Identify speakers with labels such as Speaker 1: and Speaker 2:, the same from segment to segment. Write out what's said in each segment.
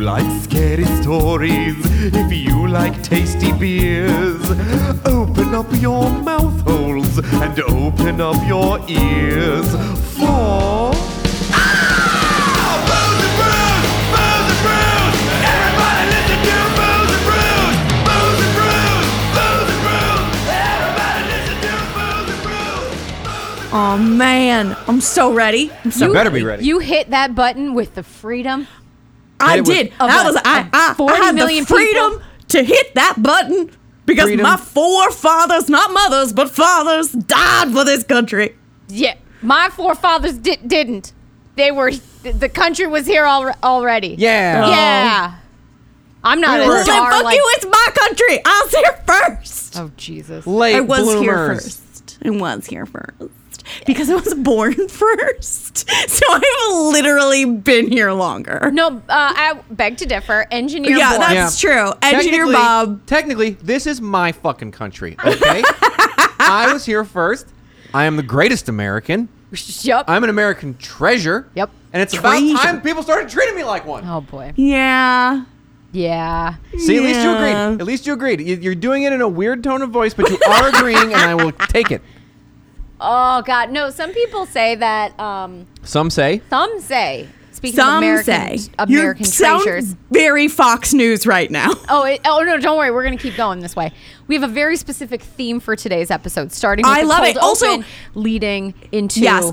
Speaker 1: like scary stories, if you like tasty beers, open up your mouth holes and open up your ears for.
Speaker 2: Oh man, I'm so ready. I'm so
Speaker 3: You better be ready.
Speaker 4: You hit that button with the freedom.
Speaker 2: I
Speaker 3: Hit it with-
Speaker 2: did. That
Speaker 4: us,
Speaker 2: was I.
Speaker 4: of
Speaker 2: I,
Speaker 4: 40
Speaker 2: I had the
Speaker 4: million people.
Speaker 2: freedom to hit that button because
Speaker 3: Freedom.
Speaker 2: my forefathers, not mothers, but fathers, died for this country.
Speaker 4: Yeah, my forefathers di- didn't. They were th- the country was here al- already.
Speaker 3: Yeah.
Speaker 4: yeah. I'm not
Speaker 3: We were-
Speaker 4: a
Speaker 2: Well, then
Speaker 4: star
Speaker 2: fuck
Speaker 4: like.
Speaker 2: you! It's my country. I was here first.
Speaker 4: oh Jesus.
Speaker 3: Late
Speaker 2: I was
Speaker 3: bloomers.
Speaker 2: here first. I was here first because I was born first. So I've literally been here longer.
Speaker 4: No, uh, I beg to differ. Engineer.
Speaker 2: yeah,
Speaker 4: Borg.
Speaker 2: that's true. Engineer
Speaker 3: Technically-
Speaker 2: Bob.
Speaker 3: Technically, this is my fucking country. Okay, I was here first. I am the greatest American.
Speaker 4: Yup.
Speaker 3: I'm an American treasure.
Speaker 4: Yep.
Speaker 3: And it's
Speaker 2: Treasure.
Speaker 3: about time people started treating me like one.
Speaker 4: oh boy.
Speaker 2: Yeah.
Speaker 4: Yeah.
Speaker 3: See, at least you agreed.
Speaker 2: Yeah.
Speaker 3: At least you agreed. You- You're doing it in a weird tone of voice, but you are agreeing, and I will take it.
Speaker 4: Oh God. No. Some people say that. Um.
Speaker 3: Some say
Speaker 4: Some say. Speaking of
Speaker 2: Some
Speaker 4: American,
Speaker 2: say
Speaker 4: American
Speaker 2: you
Speaker 4: treasures.
Speaker 2: sound very Fox News right now.
Speaker 4: Oh, it, oh no! Don't worry, we're gonna keep going this way. We have a very specific theme for today's episode, starting. With
Speaker 2: I
Speaker 4: the
Speaker 2: love
Speaker 4: cold
Speaker 2: it. Also-
Speaker 4: open, leading into
Speaker 2: Yes.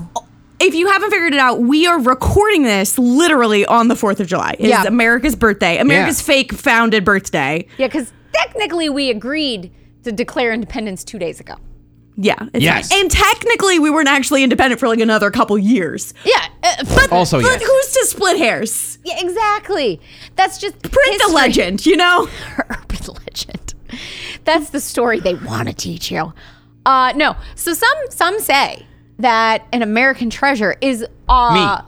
Speaker 2: If you haven't figured it out, we are recording this literally on the 4th of July. It's
Speaker 4: Yeah.
Speaker 2: America's birthday. America's fake founded birthday.
Speaker 4: yeah, because technically we agreed to declare independence two days ago.
Speaker 2: Yeah. it's
Speaker 3: Yes.
Speaker 2: fine. And technically, we weren't actually independent for like another couple years.
Speaker 4: Yeah, uh,
Speaker 2: But,
Speaker 3: Also,
Speaker 2: but
Speaker 3: yes.
Speaker 2: who's to split hairs?
Speaker 4: yeah, exactly. That's just
Speaker 2: Print the
Speaker 4: history.
Speaker 2: legend, you know?
Speaker 4: urban legend. That's the story they want to teach you. Uh, no, so some some say that an American treasure is uh, i-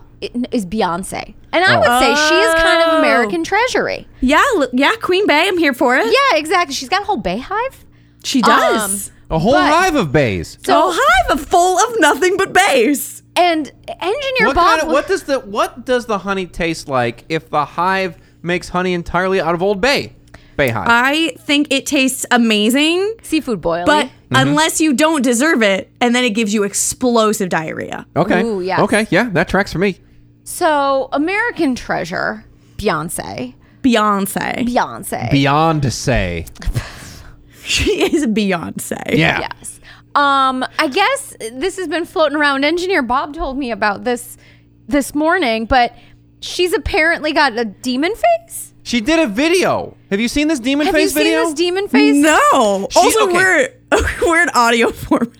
Speaker 4: is Beyonce, and I
Speaker 3: Oh.
Speaker 4: would say she is kind of
Speaker 2: Oh.
Speaker 4: American treasury.
Speaker 2: Yeah, l- yeah, Queen Bay, I'm here for it.
Speaker 4: Yeah, exactly. She's got a whole beehive.
Speaker 2: She does.
Speaker 4: Um,
Speaker 3: a whole
Speaker 4: But-
Speaker 3: hive of bays.
Speaker 2: so hive a full of nothing but bays.
Speaker 4: And engineer
Speaker 3: What,
Speaker 4: Bob,
Speaker 3: kind of, what does the what does the honey taste like if the hive makes honey entirely out of Old Bay? Bay hive.
Speaker 4: Uh,
Speaker 2: I think it tastes amazing,
Speaker 4: seafood boil?
Speaker 2: but unless you don't deserve it, and then it gives you explosive diarrhea.
Speaker 3: okay.
Speaker 4: ooh, yes.
Speaker 3: Okay. Yeah, that tracks for me.
Speaker 4: so American treasure, Beyonce,
Speaker 2: Beyonce.
Speaker 4: Beyonce,
Speaker 3: Beyond say.
Speaker 2: She is Beyonce.
Speaker 3: Yeah.
Speaker 4: yes. Um, I guess this has been floating around. Engineer Bob told me about this this morning, but she's apparently got a demon face.
Speaker 3: She did a video. Have you seen this demon
Speaker 4: Have you
Speaker 3: face
Speaker 4: seen
Speaker 3: video?
Speaker 4: this demon face?
Speaker 2: No.
Speaker 3: She-
Speaker 2: also,
Speaker 3: okay.
Speaker 2: we're we're in audio format.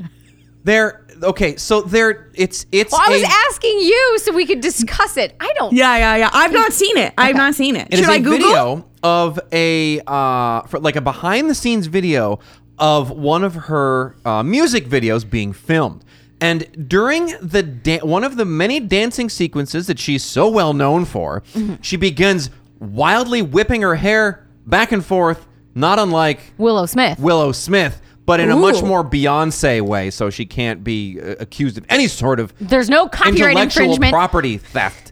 Speaker 3: They're okay. So they're it's it's.
Speaker 4: Well, I was
Speaker 3: a-
Speaker 4: asking you so we could discuss it. I don't.
Speaker 2: Yeah, yeah, yeah. I've not seen it. I've not seen it.
Speaker 3: It is
Speaker 2: Should I
Speaker 3: a
Speaker 2: Google?
Speaker 3: video of a uh, for like a behind the scenes video of one of her uh, music videos being filmed. And during the da- one of the many dancing sequences that she's so well known for,
Speaker 4: Mm-hmm.
Speaker 3: she begins wildly whipping her hair back and forth, not unlike
Speaker 4: Willow Smith.
Speaker 3: Willow Smith, but in a much
Speaker 2: Ooh.
Speaker 3: more Beyonce way, so she can't be uh, accused of any sort of
Speaker 4: There's no copyright
Speaker 3: intellectual
Speaker 4: infringement.
Speaker 3: property theft.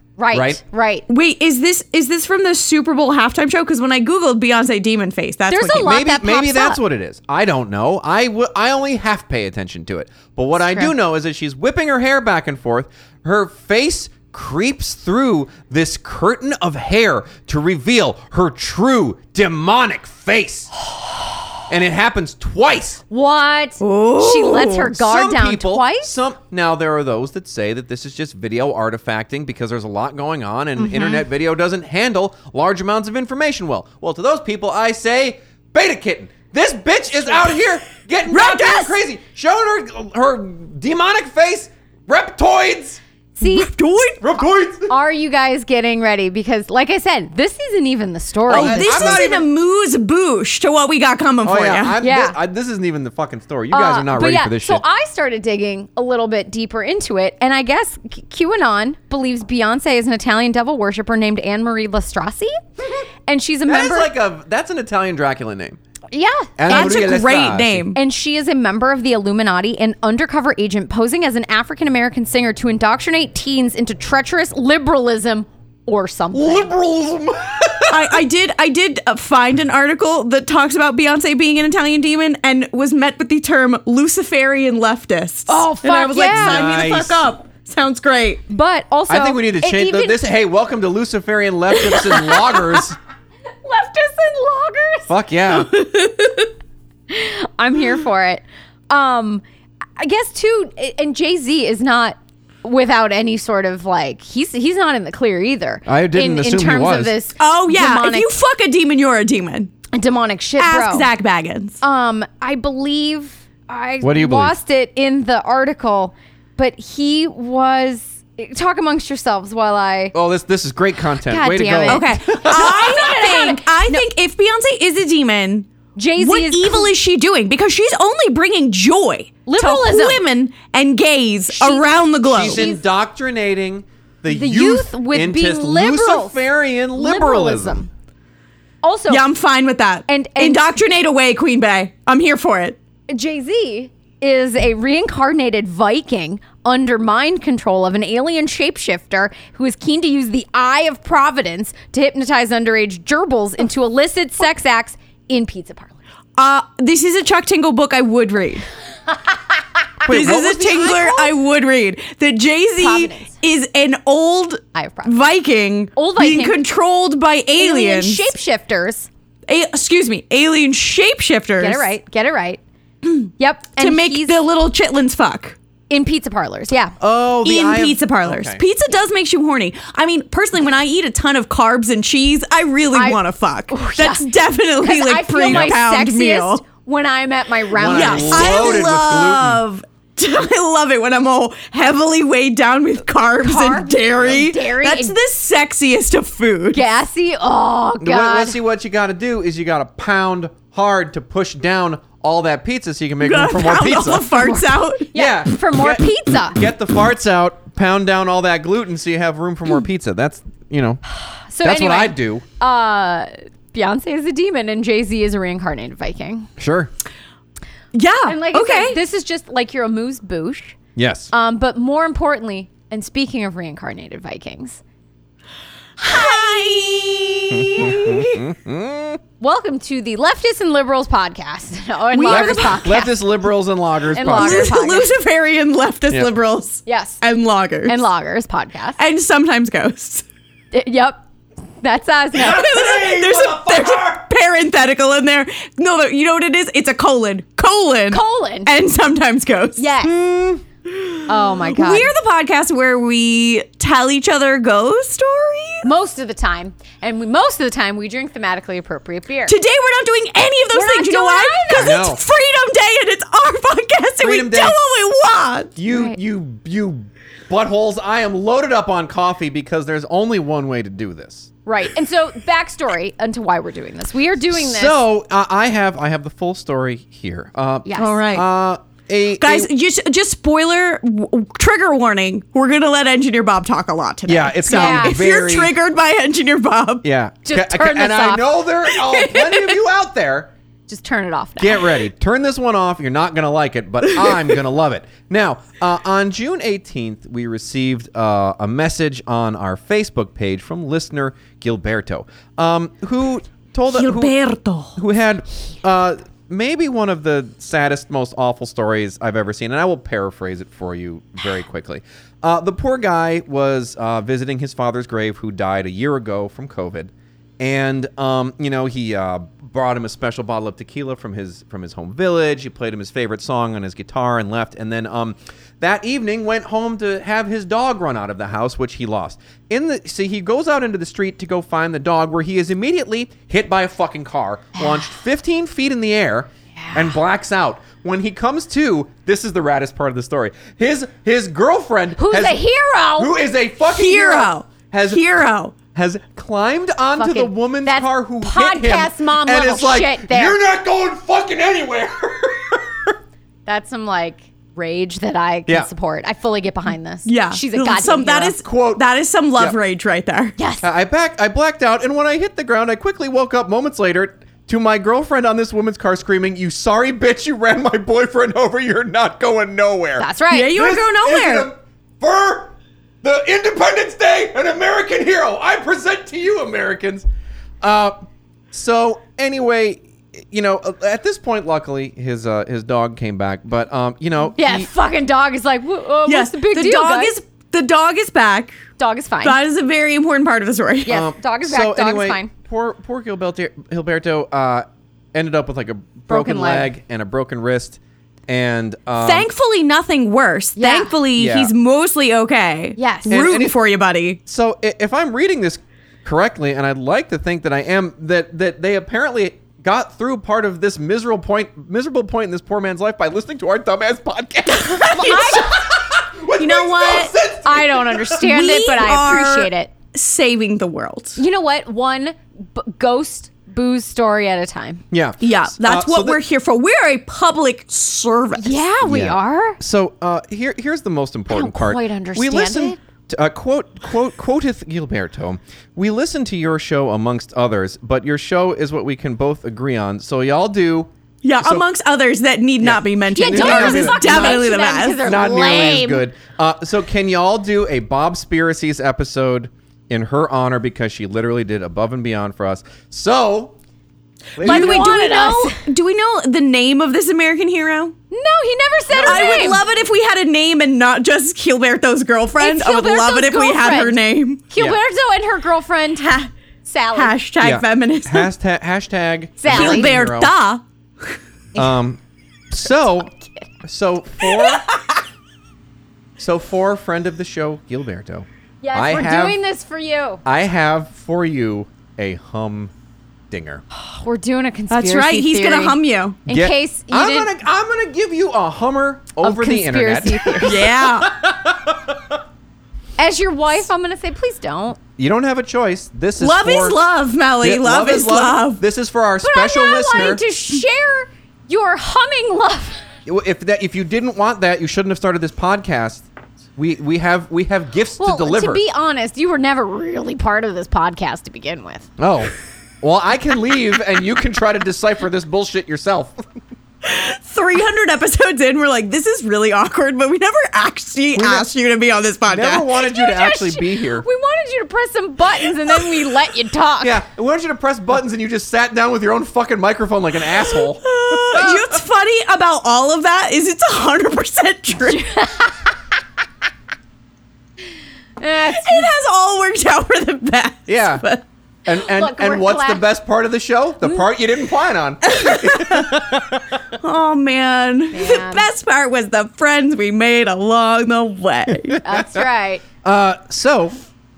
Speaker 4: right.
Speaker 3: Right.
Speaker 4: Right. Right.
Speaker 2: Wait, is this is this from the Super Bowl halftime show? Because when I googled Beyonce demon face, that's
Speaker 4: There's
Speaker 2: what
Speaker 4: a
Speaker 2: came-
Speaker 4: lot
Speaker 3: maybe
Speaker 4: that
Speaker 3: maybe
Speaker 4: pops
Speaker 3: that's
Speaker 4: up.
Speaker 3: what it is. I don't know. I w- I only half pay attention to it. But what I do
Speaker 4: true.
Speaker 3: know is that she's whipping her hair back and forth. Her face creeps through this curtain of hair to reveal her true demonic face. and it happens twice.
Speaker 4: What? She lets her guard
Speaker 3: Oh, some
Speaker 4: down
Speaker 3: people,
Speaker 4: twice?
Speaker 3: Some now there are those that say that this is just video artifacting because there's a lot going on and internet video doesn't handle large amounts of information well. Well, to those people, I say, beta kitten. This bitch is out here getting goddamn
Speaker 2: Ruckus!
Speaker 3: crazy, showing her her demonic face, reptoids,
Speaker 4: See,
Speaker 2: Doink.
Speaker 3: reptoids.
Speaker 4: are you guys getting ready? Because, like I said, this isn't even the story.
Speaker 2: Oh, this
Speaker 3: I'm not
Speaker 2: isn't
Speaker 3: even-
Speaker 2: a moose boosh to what we got coming
Speaker 3: Oh
Speaker 2: for
Speaker 3: yeah,
Speaker 2: you.
Speaker 3: I'm-
Speaker 4: Yeah.
Speaker 3: This, I- this isn't even the fucking story. You guys
Speaker 4: Uh,
Speaker 3: are not
Speaker 4: but
Speaker 3: ready
Speaker 4: yeah,
Speaker 3: for this
Speaker 4: so
Speaker 3: shit.
Speaker 4: I started digging a little bit deeper into it, and I guess Q- QAnon believes Beyonce is an Italian devil worshiper named Anne Marie Lastrasi, and she's a
Speaker 3: that is
Speaker 4: member.
Speaker 3: like a that's an Italian Dracula name.
Speaker 4: yeah, and
Speaker 3: Anna
Speaker 2: That's
Speaker 3: Maria
Speaker 2: a
Speaker 3: Lesage.
Speaker 2: great name.
Speaker 4: and she is a member of the Illuminati, an undercover agent posing as an African American singer to indoctrinate teens into treacherous liberalism or something.
Speaker 3: Liberalism.
Speaker 2: I, I did I did uh, find an article that talks about Beyonce being an Italian demon and was met with the term Luciferian leftists.
Speaker 4: Oh,
Speaker 2: And I
Speaker 4: fuck
Speaker 2: was
Speaker 4: yeah.
Speaker 2: like, sign me the
Speaker 3: Nice.
Speaker 2: fuck up. Sounds great.
Speaker 4: But also,
Speaker 3: I think we need to
Speaker 4: it
Speaker 3: change the,
Speaker 4: even-
Speaker 3: this. Hey, welcome to Luciferian leftists and loggers.
Speaker 4: leftists and loggers.
Speaker 3: Fuck yeah.
Speaker 4: I'm here for it. Um, I guess too, and Jay Z is not without any sort of like he's he's not in the clear either.
Speaker 3: I
Speaker 4: in,
Speaker 3: didn't
Speaker 4: in
Speaker 3: assume he
Speaker 4: terms of
Speaker 3: was.
Speaker 4: this.
Speaker 2: Oh yeah, if
Speaker 4: demonic,
Speaker 2: you fuck a demon, you're a demon.
Speaker 4: demonic shit,
Speaker 2: Ask
Speaker 4: bro.
Speaker 2: Zach Baggins.
Speaker 4: Um, I believe I
Speaker 3: What do you believe?
Speaker 4: lost it in the article, but he was talk amongst yourselves while I.
Speaker 3: Oh, this this is great content.
Speaker 4: God
Speaker 3: Oh, Way to
Speaker 4: damn
Speaker 3: go.
Speaker 4: it.
Speaker 2: okay, I think I think if Beyonce is a demon,
Speaker 4: Jay Z
Speaker 2: what
Speaker 4: is
Speaker 2: evil is she doing? Because she's only bringing joy
Speaker 4: Liberalism.
Speaker 2: to women and gays around the globe.
Speaker 3: She's indoctrinating the,
Speaker 4: The
Speaker 3: youth,
Speaker 4: youth with
Speaker 3: into
Speaker 4: being liberals.
Speaker 3: Luciferian liberalism.
Speaker 4: Also,
Speaker 2: yeah, I'm fine with that.
Speaker 4: And- and-
Speaker 2: indoctrinate away, Queen Bay. I'm here for it.
Speaker 4: Jay Z is a reincarnated Viking under mind control of an alien shapeshifter who is keen to use the Eye of Providence to hypnotize underage gerbils into illicit sex acts in pizza parlors.
Speaker 2: Uh, this is a Chuck Tingle book I would read.
Speaker 3: Wait,
Speaker 2: This
Speaker 3: what
Speaker 2: is
Speaker 3: was
Speaker 2: a
Speaker 3: the
Speaker 2: Tingler
Speaker 3: article?
Speaker 2: I would read. That Jay Z
Speaker 4: Providence.
Speaker 2: is an old
Speaker 4: Eye of Providence.
Speaker 2: Viking,
Speaker 4: Old
Speaker 2: being
Speaker 4: Viking.
Speaker 2: controlled by
Speaker 4: Alien
Speaker 2: aliens.
Speaker 4: shapeshifters.
Speaker 2: A- excuse me, alien shapeshifters.
Speaker 4: Get it right. Get it right. yep.
Speaker 2: To
Speaker 4: And
Speaker 2: make
Speaker 4: he's
Speaker 2: the little chitlins fuck.
Speaker 4: in pizza parlors. Yeah.
Speaker 3: Oh, the
Speaker 2: in
Speaker 3: eye of-
Speaker 2: pizza parlors.
Speaker 3: Okay.
Speaker 2: Pizza does makes you horny. I mean, personally, when I eat a ton of carbs and cheese, I really
Speaker 4: I-
Speaker 2: want to fuck.
Speaker 4: yeah.
Speaker 2: That's
Speaker 4: 'Cause
Speaker 2: definitely
Speaker 4: I
Speaker 2: like
Speaker 4: feel
Speaker 2: three
Speaker 4: my
Speaker 2: pound
Speaker 4: sexiest
Speaker 2: meal.
Speaker 4: when I'm at my
Speaker 3: When
Speaker 2: Yeah,
Speaker 3: I'm
Speaker 4: roundhouse.
Speaker 3: loaded
Speaker 2: I
Speaker 3: with gluten.
Speaker 2: love. I love it when I'm all heavily weighed down with carbs,
Speaker 4: Carbs
Speaker 2: and dairy.
Speaker 4: and dairy
Speaker 2: That's
Speaker 4: and-
Speaker 2: the sexiest of food.
Speaker 4: Gassy. Oh
Speaker 3: Well,
Speaker 4: god.
Speaker 3: Let's see what you got to do is you got to pound hard to push down all that pizza so you can make room
Speaker 2: Gotta
Speaker 3: for more
Speaker 2: pound
Speaker 3: pizza.
Speaker 2: all the farts out.
Speaker 3: yeah.
Speaker 4: For more
Speaker 3: Get-
Speaker 4: pizza.
Speaker 3: Get the farts out, pound down all that gluten so you have room for more pizza. That's, you know,
Speaker 4: so
Speaker 3: that's
Speaker 4: anyway,
Speaker 3: what I do.
Speaker 4: Uh, Beyonce is a demon and Jay Z is a reincarnated Viking.
Speaker 3: Sure.
Speaker 2: Yeah.
Speaker 4: And like
Speaker 2: okay.
Speaker 4: I said, this is just like your amuse bouche.
Speaker 3: Yes.
Speaker 4: Um, but more importantly, and speaking of reincarnated Vikings,
Speaker 2: Hi.
Speaker 4: welcome to the Leftists and Liberals podcast. oh, and
Speaker 2: We are
Speaker 4: Loggers
Speaker 2: the
Speaker 4: podcast.
Speaker 3: Leftist liberals and loggers.
Speaker 4: And
Speaker 3: podcast.
Speaker 4: loggers.
Speaker 2: Lu- Luciferian leftist
Speaker 3: Yeah.
Speaker 2: liberals.
Speaker 4: Yes.
Speaker 2: And loggers.
Speaker 4: and Loggers podcast.
Speaker 2: And sometimes ghosts.
Speaker 4: Uh, yep. That's us. now.
Speaker 2: there's, a, there's a parenthetical in there. No, but you know what it is? It's a colon. Colon.
Speaker 4: Colon.
Speaker 2: And sometimes ghosts.
Speaker 4: yes. Oh my God.
Speaker 2: We are the podcast where we tell each other ghost stories.
Speaker 4: most of the time, and we, most of the time, we drink thematically appropriate beer.
Speaker 2: Today we're not doing any of those
Speaker 4: We're not
Speaker 2: things. You know
Speaker 4: doing
Speaker 2: why? Because
Speaker 3: either. No.
Speaker 2: it's Freedom Day and it's our podcast and
Speaker 3: Freedom
Speaker 2: we
Speaker 3: Day.
Speaker 2: do what we want.
Speaker 3: You
Speaker 4: Right.
Speaker 3: you you buttholes! I am loaded up on coffee because there's only one way to do this.
Speaker 4: Right. And so, backstory into why we're doing this. We are doing this.
Speaker 3: So uh, I have I have the full story here. Uh,
Speaker 4: Yes.
Speaker 2: All right.
Speaker 3: Uh, a,
Speaker 2: Guys,
Speaker 3: a-
Speaker 2: just just spoiler w- trigger warning. We're gonna let Engineer Bob talk a lot today.
Speaker 3: Yeah, it's
Speaker 2: so
Speaker 3: gonna
Speaker 4: be
Speaker 2: if you're
Speaker 3: very-
Speaker 2: triggered by Engineer Bob,
Speaker 3: yeah.
Speaker 4: Just
Speaker 3: Ca-
Speaker 4: turn
Speaker 3: and
Speaker 4: this
Speaker 3: I
Speaker 4: off.
Speaker 3: know there are plenty of you out there.
Speaker 4: Just turn it off now.
Speaker 3: Get ready. Turn this one off. You're not going to like it, but I'm going to love it. Now, uh, on June 18th, we received uh, a message on our Facebook page from listener Gilberto, um, who told us. who-
Speaker 2: Gilberto.
Speaker 3: who had uh, maybe one of the saddest, most awful stories I've ever seen, and I will paraphrase it for you very quickly. Uh, the poor guy was uh, visiting his father's grave, who died a year ago from COVID, and um, you know he uh, brought him a special bottle of tequila from his from his home village. He played him his favorite song on his guitar and left, and then um, that evening went home to have his dog run out of the house, which he lost. In the see, he goes out into the street to go find the dog, where he is immediately hit by a fucking car, launched 15 feet in the air, and blacks out. When he comes to, this is the raddest part of the story. His his girlfriend,
Speaker 4: Who's
Speaker 3: has-
Speaker 4: a hero?
Speaker 3: who is a fucking hero,
Speaker 2: Hero.
Speaker 3: has
Speaker 2: Hero.
Speaker 3: has climbed onto the
Speaker 4: Fucking-
Speaker 3: woman's
Speaker 4: that's
Speaker 3: car who hit him,
Speaker 4: podcast mom
Speaker 3: and
Speaker 4: level
Speaker 3: it's like
Speaker 4: shit there.
Speaker 3: you're not going fucking anywhere.
Speaker 4: That's some like rage that I can
Speaker 3: Yeah.
Speaker 4: support. I fully get behind this.
Speaker 2: Yeah,
Speaker 4: She's a goddamn
Speaker 2: Some that
Speaker 4: hero.
Speaker 2: is
Speaker 3: Quote.
Speaker 2: that is some love
Speaker 3: Yeah.
Speaker 2: rage right there.
Speaker 4: yes.
Speaker 3: I I back I blacked out, and when I hit the ground, I quickly woke up moments later to my girlfriend on this woman's car screaming, "You sorry bitch! You ran my boyfriend over. You're not going nowhere."
Speaker 4: That's right.
Speaker 2: Yeah, you are
Speaker 3: This
Speaker 2: going
Speaker 3: is
Speaker 2: nowhere.
Speaker 3: an- for the Independence Day, an American hero. I present to you, Americans. Uh, so anyway, you know, at this point, luckily his uh, his dog came back, but um, you know,
Speaker 4: Yeah,
Speaker 3: he-
Speaker 4: fucking dog is like, "Wha- uh, what's the big deal?
Speaker 2: dog
Speaker 4: guys?"
Speaker 2: is the dog is back.
Speaker 4: dog is fine.
Speaker 2: That is a very important part of the story.
Speaker 4: yes, dog is back.
Speaker 3: Um, so
Speaker 4: dog
Speaker 3: anyway,
Speaker 4: is fine.
Speaker 3: Poor poor Gilberto, Gilberto uh, ended up with like a broken, leg.
Speaker 4: leg.
Speaker 3: and a broken wrist, and um,
Speaker 2: Thankfully, nothing worse.
Speaker 4: Yeah.
Speaker 2: Thankfully,
Speaker 3: Yeah.
Speaker 2: he's mostly okay.
Speaker 4: Yes. And-
Speaker 2: rooting
Speaker 3: and it-
Speaker 2: for you, buddy.
Speaker 3: So i- if I'm reading this correctly, and I'd like to think that I am, that that they apparently got through part of this miserable point miserable point in this poor man's life by listening to our dumbass podcast.
Speaker 2: You know what?
Speaker 4: I don't understand
Speaker 2: We
Speaker 4: it, but I
Speaker 2: are
Speaker 4: appreciate it.
Speaker 2: Saving the world.
Speaker 4: You know what? One b- ghost booze story at a time.
Speaker 3: yeah,
Speaker 2: Yeah, that's
Speaker 3: Uh, so
Speaker 2: what
Speaker 3: the-
Speaker 2: we're here for. We're a public service.
Speaker 4: Yeah, we
Speaker 3: Yeah.
Speaker 4: are.
Speaker 3: So uh, here, here's the most important part.
Speaker 4: quite understand
Speaker 3: We listen.
Speaker 4: it.
Speaker 3: To, uh, quote, quote, quoteth Gilberto. We listen to your show amongst others, but your show is what we can both agree on. So y'all do.
Speaker 2: Yeah,
Speaker 3: So-
Speaker 2: amongst others that need not be mentioned.
Speaker 4: Yeah, don't
Speaker 2: Ours
Speaker 3: ever
Speaker 2: is
Speaker 3: fucking
Speaker 2: definitely
Speaker 4: mention
Speaker 2: the
Speaker 4: them 'cause
Speaker 2: best.
Speaker 4: they're
Speaker 3: not nearly as
Speaker 4: Lame.
Speaker 3: good. Uh, so can y'all do a Bob Spiracies episode in her honor because she literally did above and beyond for us. So,
Speaker 2: By the way, do we
Speaker 4: wanted
Speaker 2: know
Speaker 4: us.
Speaker 2: do we know the name of this American hero?
Speaker 4: No, he never said her
Speaker 2: I
Speaker 4: name.
Speaker 2: would love it if we had a name and not just Gilberto's girlfriend.
Speaker 4: It's
Speaker 2: I would love it if
Speaker 4: Gilberto's
Speaker 2: we had her
Speaker 4: girlfriend.
Speaker 2: name.
Speaker 4: Gilberto and her girlfriend
Speaker 2: Ha-
Speaker 4: Sally.
Speaker 2: hashtag
Speaker 3: yeah.
Speaker 2: feminism.
Speaker 3: Hashtag hashtag
Speaker 4: Sally.
Speaker 3: American hero.
Speaker 2: Gilberta.
Speaker 3: Um, so, so for so for friend of the show Gilberto.
Speaker 4: Yes,
Speaker 3: I
Speaker 4: we're
Speaker 3: have,
Speaker 4: doing this for you.
Speaker 3: I have for you a hum dinger.
Speaker 4: We're doing a conspiracy.
Speaker 2: That's right. He's gonna
Speaker 4: theory.
Speaker 2: hum you.
Speaker 4: In
Speaker 3: Get-
Speaker 4: case you
Speaker 3: I'm
Speaker 4: didn't,
Speaker 3: gonna I'm gonna give you a hummer
Speaker 4: of
Speaker 3: over the internet.
Speaker 4: conspiracy theory.
Speaker 2: Yeah.
Speaker 4: As your wife, I'm gonna say, please don't.
Speaker 3: You don't have a choice. This is
Speaker 2: love
Speaker 3: for-
Speaker 2: is love, Melly.
Speaker 3: Yeah,
Speaker 2: love, is love.
Speaker 3: This is for our
Speaker 4: But
Speaker 3: special
Speaker 4: I'm not
Speaker 3: listener.
Speaker 4: wanting to share your humming love.
Speaker 3: if that if you didn't want that, you shouldn't have started this podcast. We we have we have gifts
Speaker 4: Well,
Speaker 3: to deliver.
Speaker 4: be honest, you were never really part of this podcast to begin with.
Speaker 3: oh. Well, I can leave and you can try to decipher this bullshit yourself.
Speaker 2: 300 episodes in, we're like, this is really awkward, but we never actually
Speaker 3: ne-
Speaker 2: asked you to be on this podcast.
Speaker 3: Never wanted you to actually be here.
Speaker 4: We wanted you to press some buttons and then we let you talk.
Speaker 3: Yeah, I wanted you to press buttons and you just sat down with your own fucking microphone like an asshole.
Speaker 2: Uh, you know what's funny about all of that is it's 100% true. it
Speaker 4: Eh,
Speaker 2: has all worked out for the best.
Speaker 3: Yeah.
Speaker 2: But
Speaker 3: And and,
Speaker 4: Look, we're
Speaker 3: and what's the
Speaker 4: glad-
Speaker 3: best part of the show? The part you didn't plan on.
Speaker 2: oh man. the
Speaker 4: Man.
Speaker 2: best part was the friends we made along the way.
Speaker 4: that's right.
Speaker 3: Uh, so,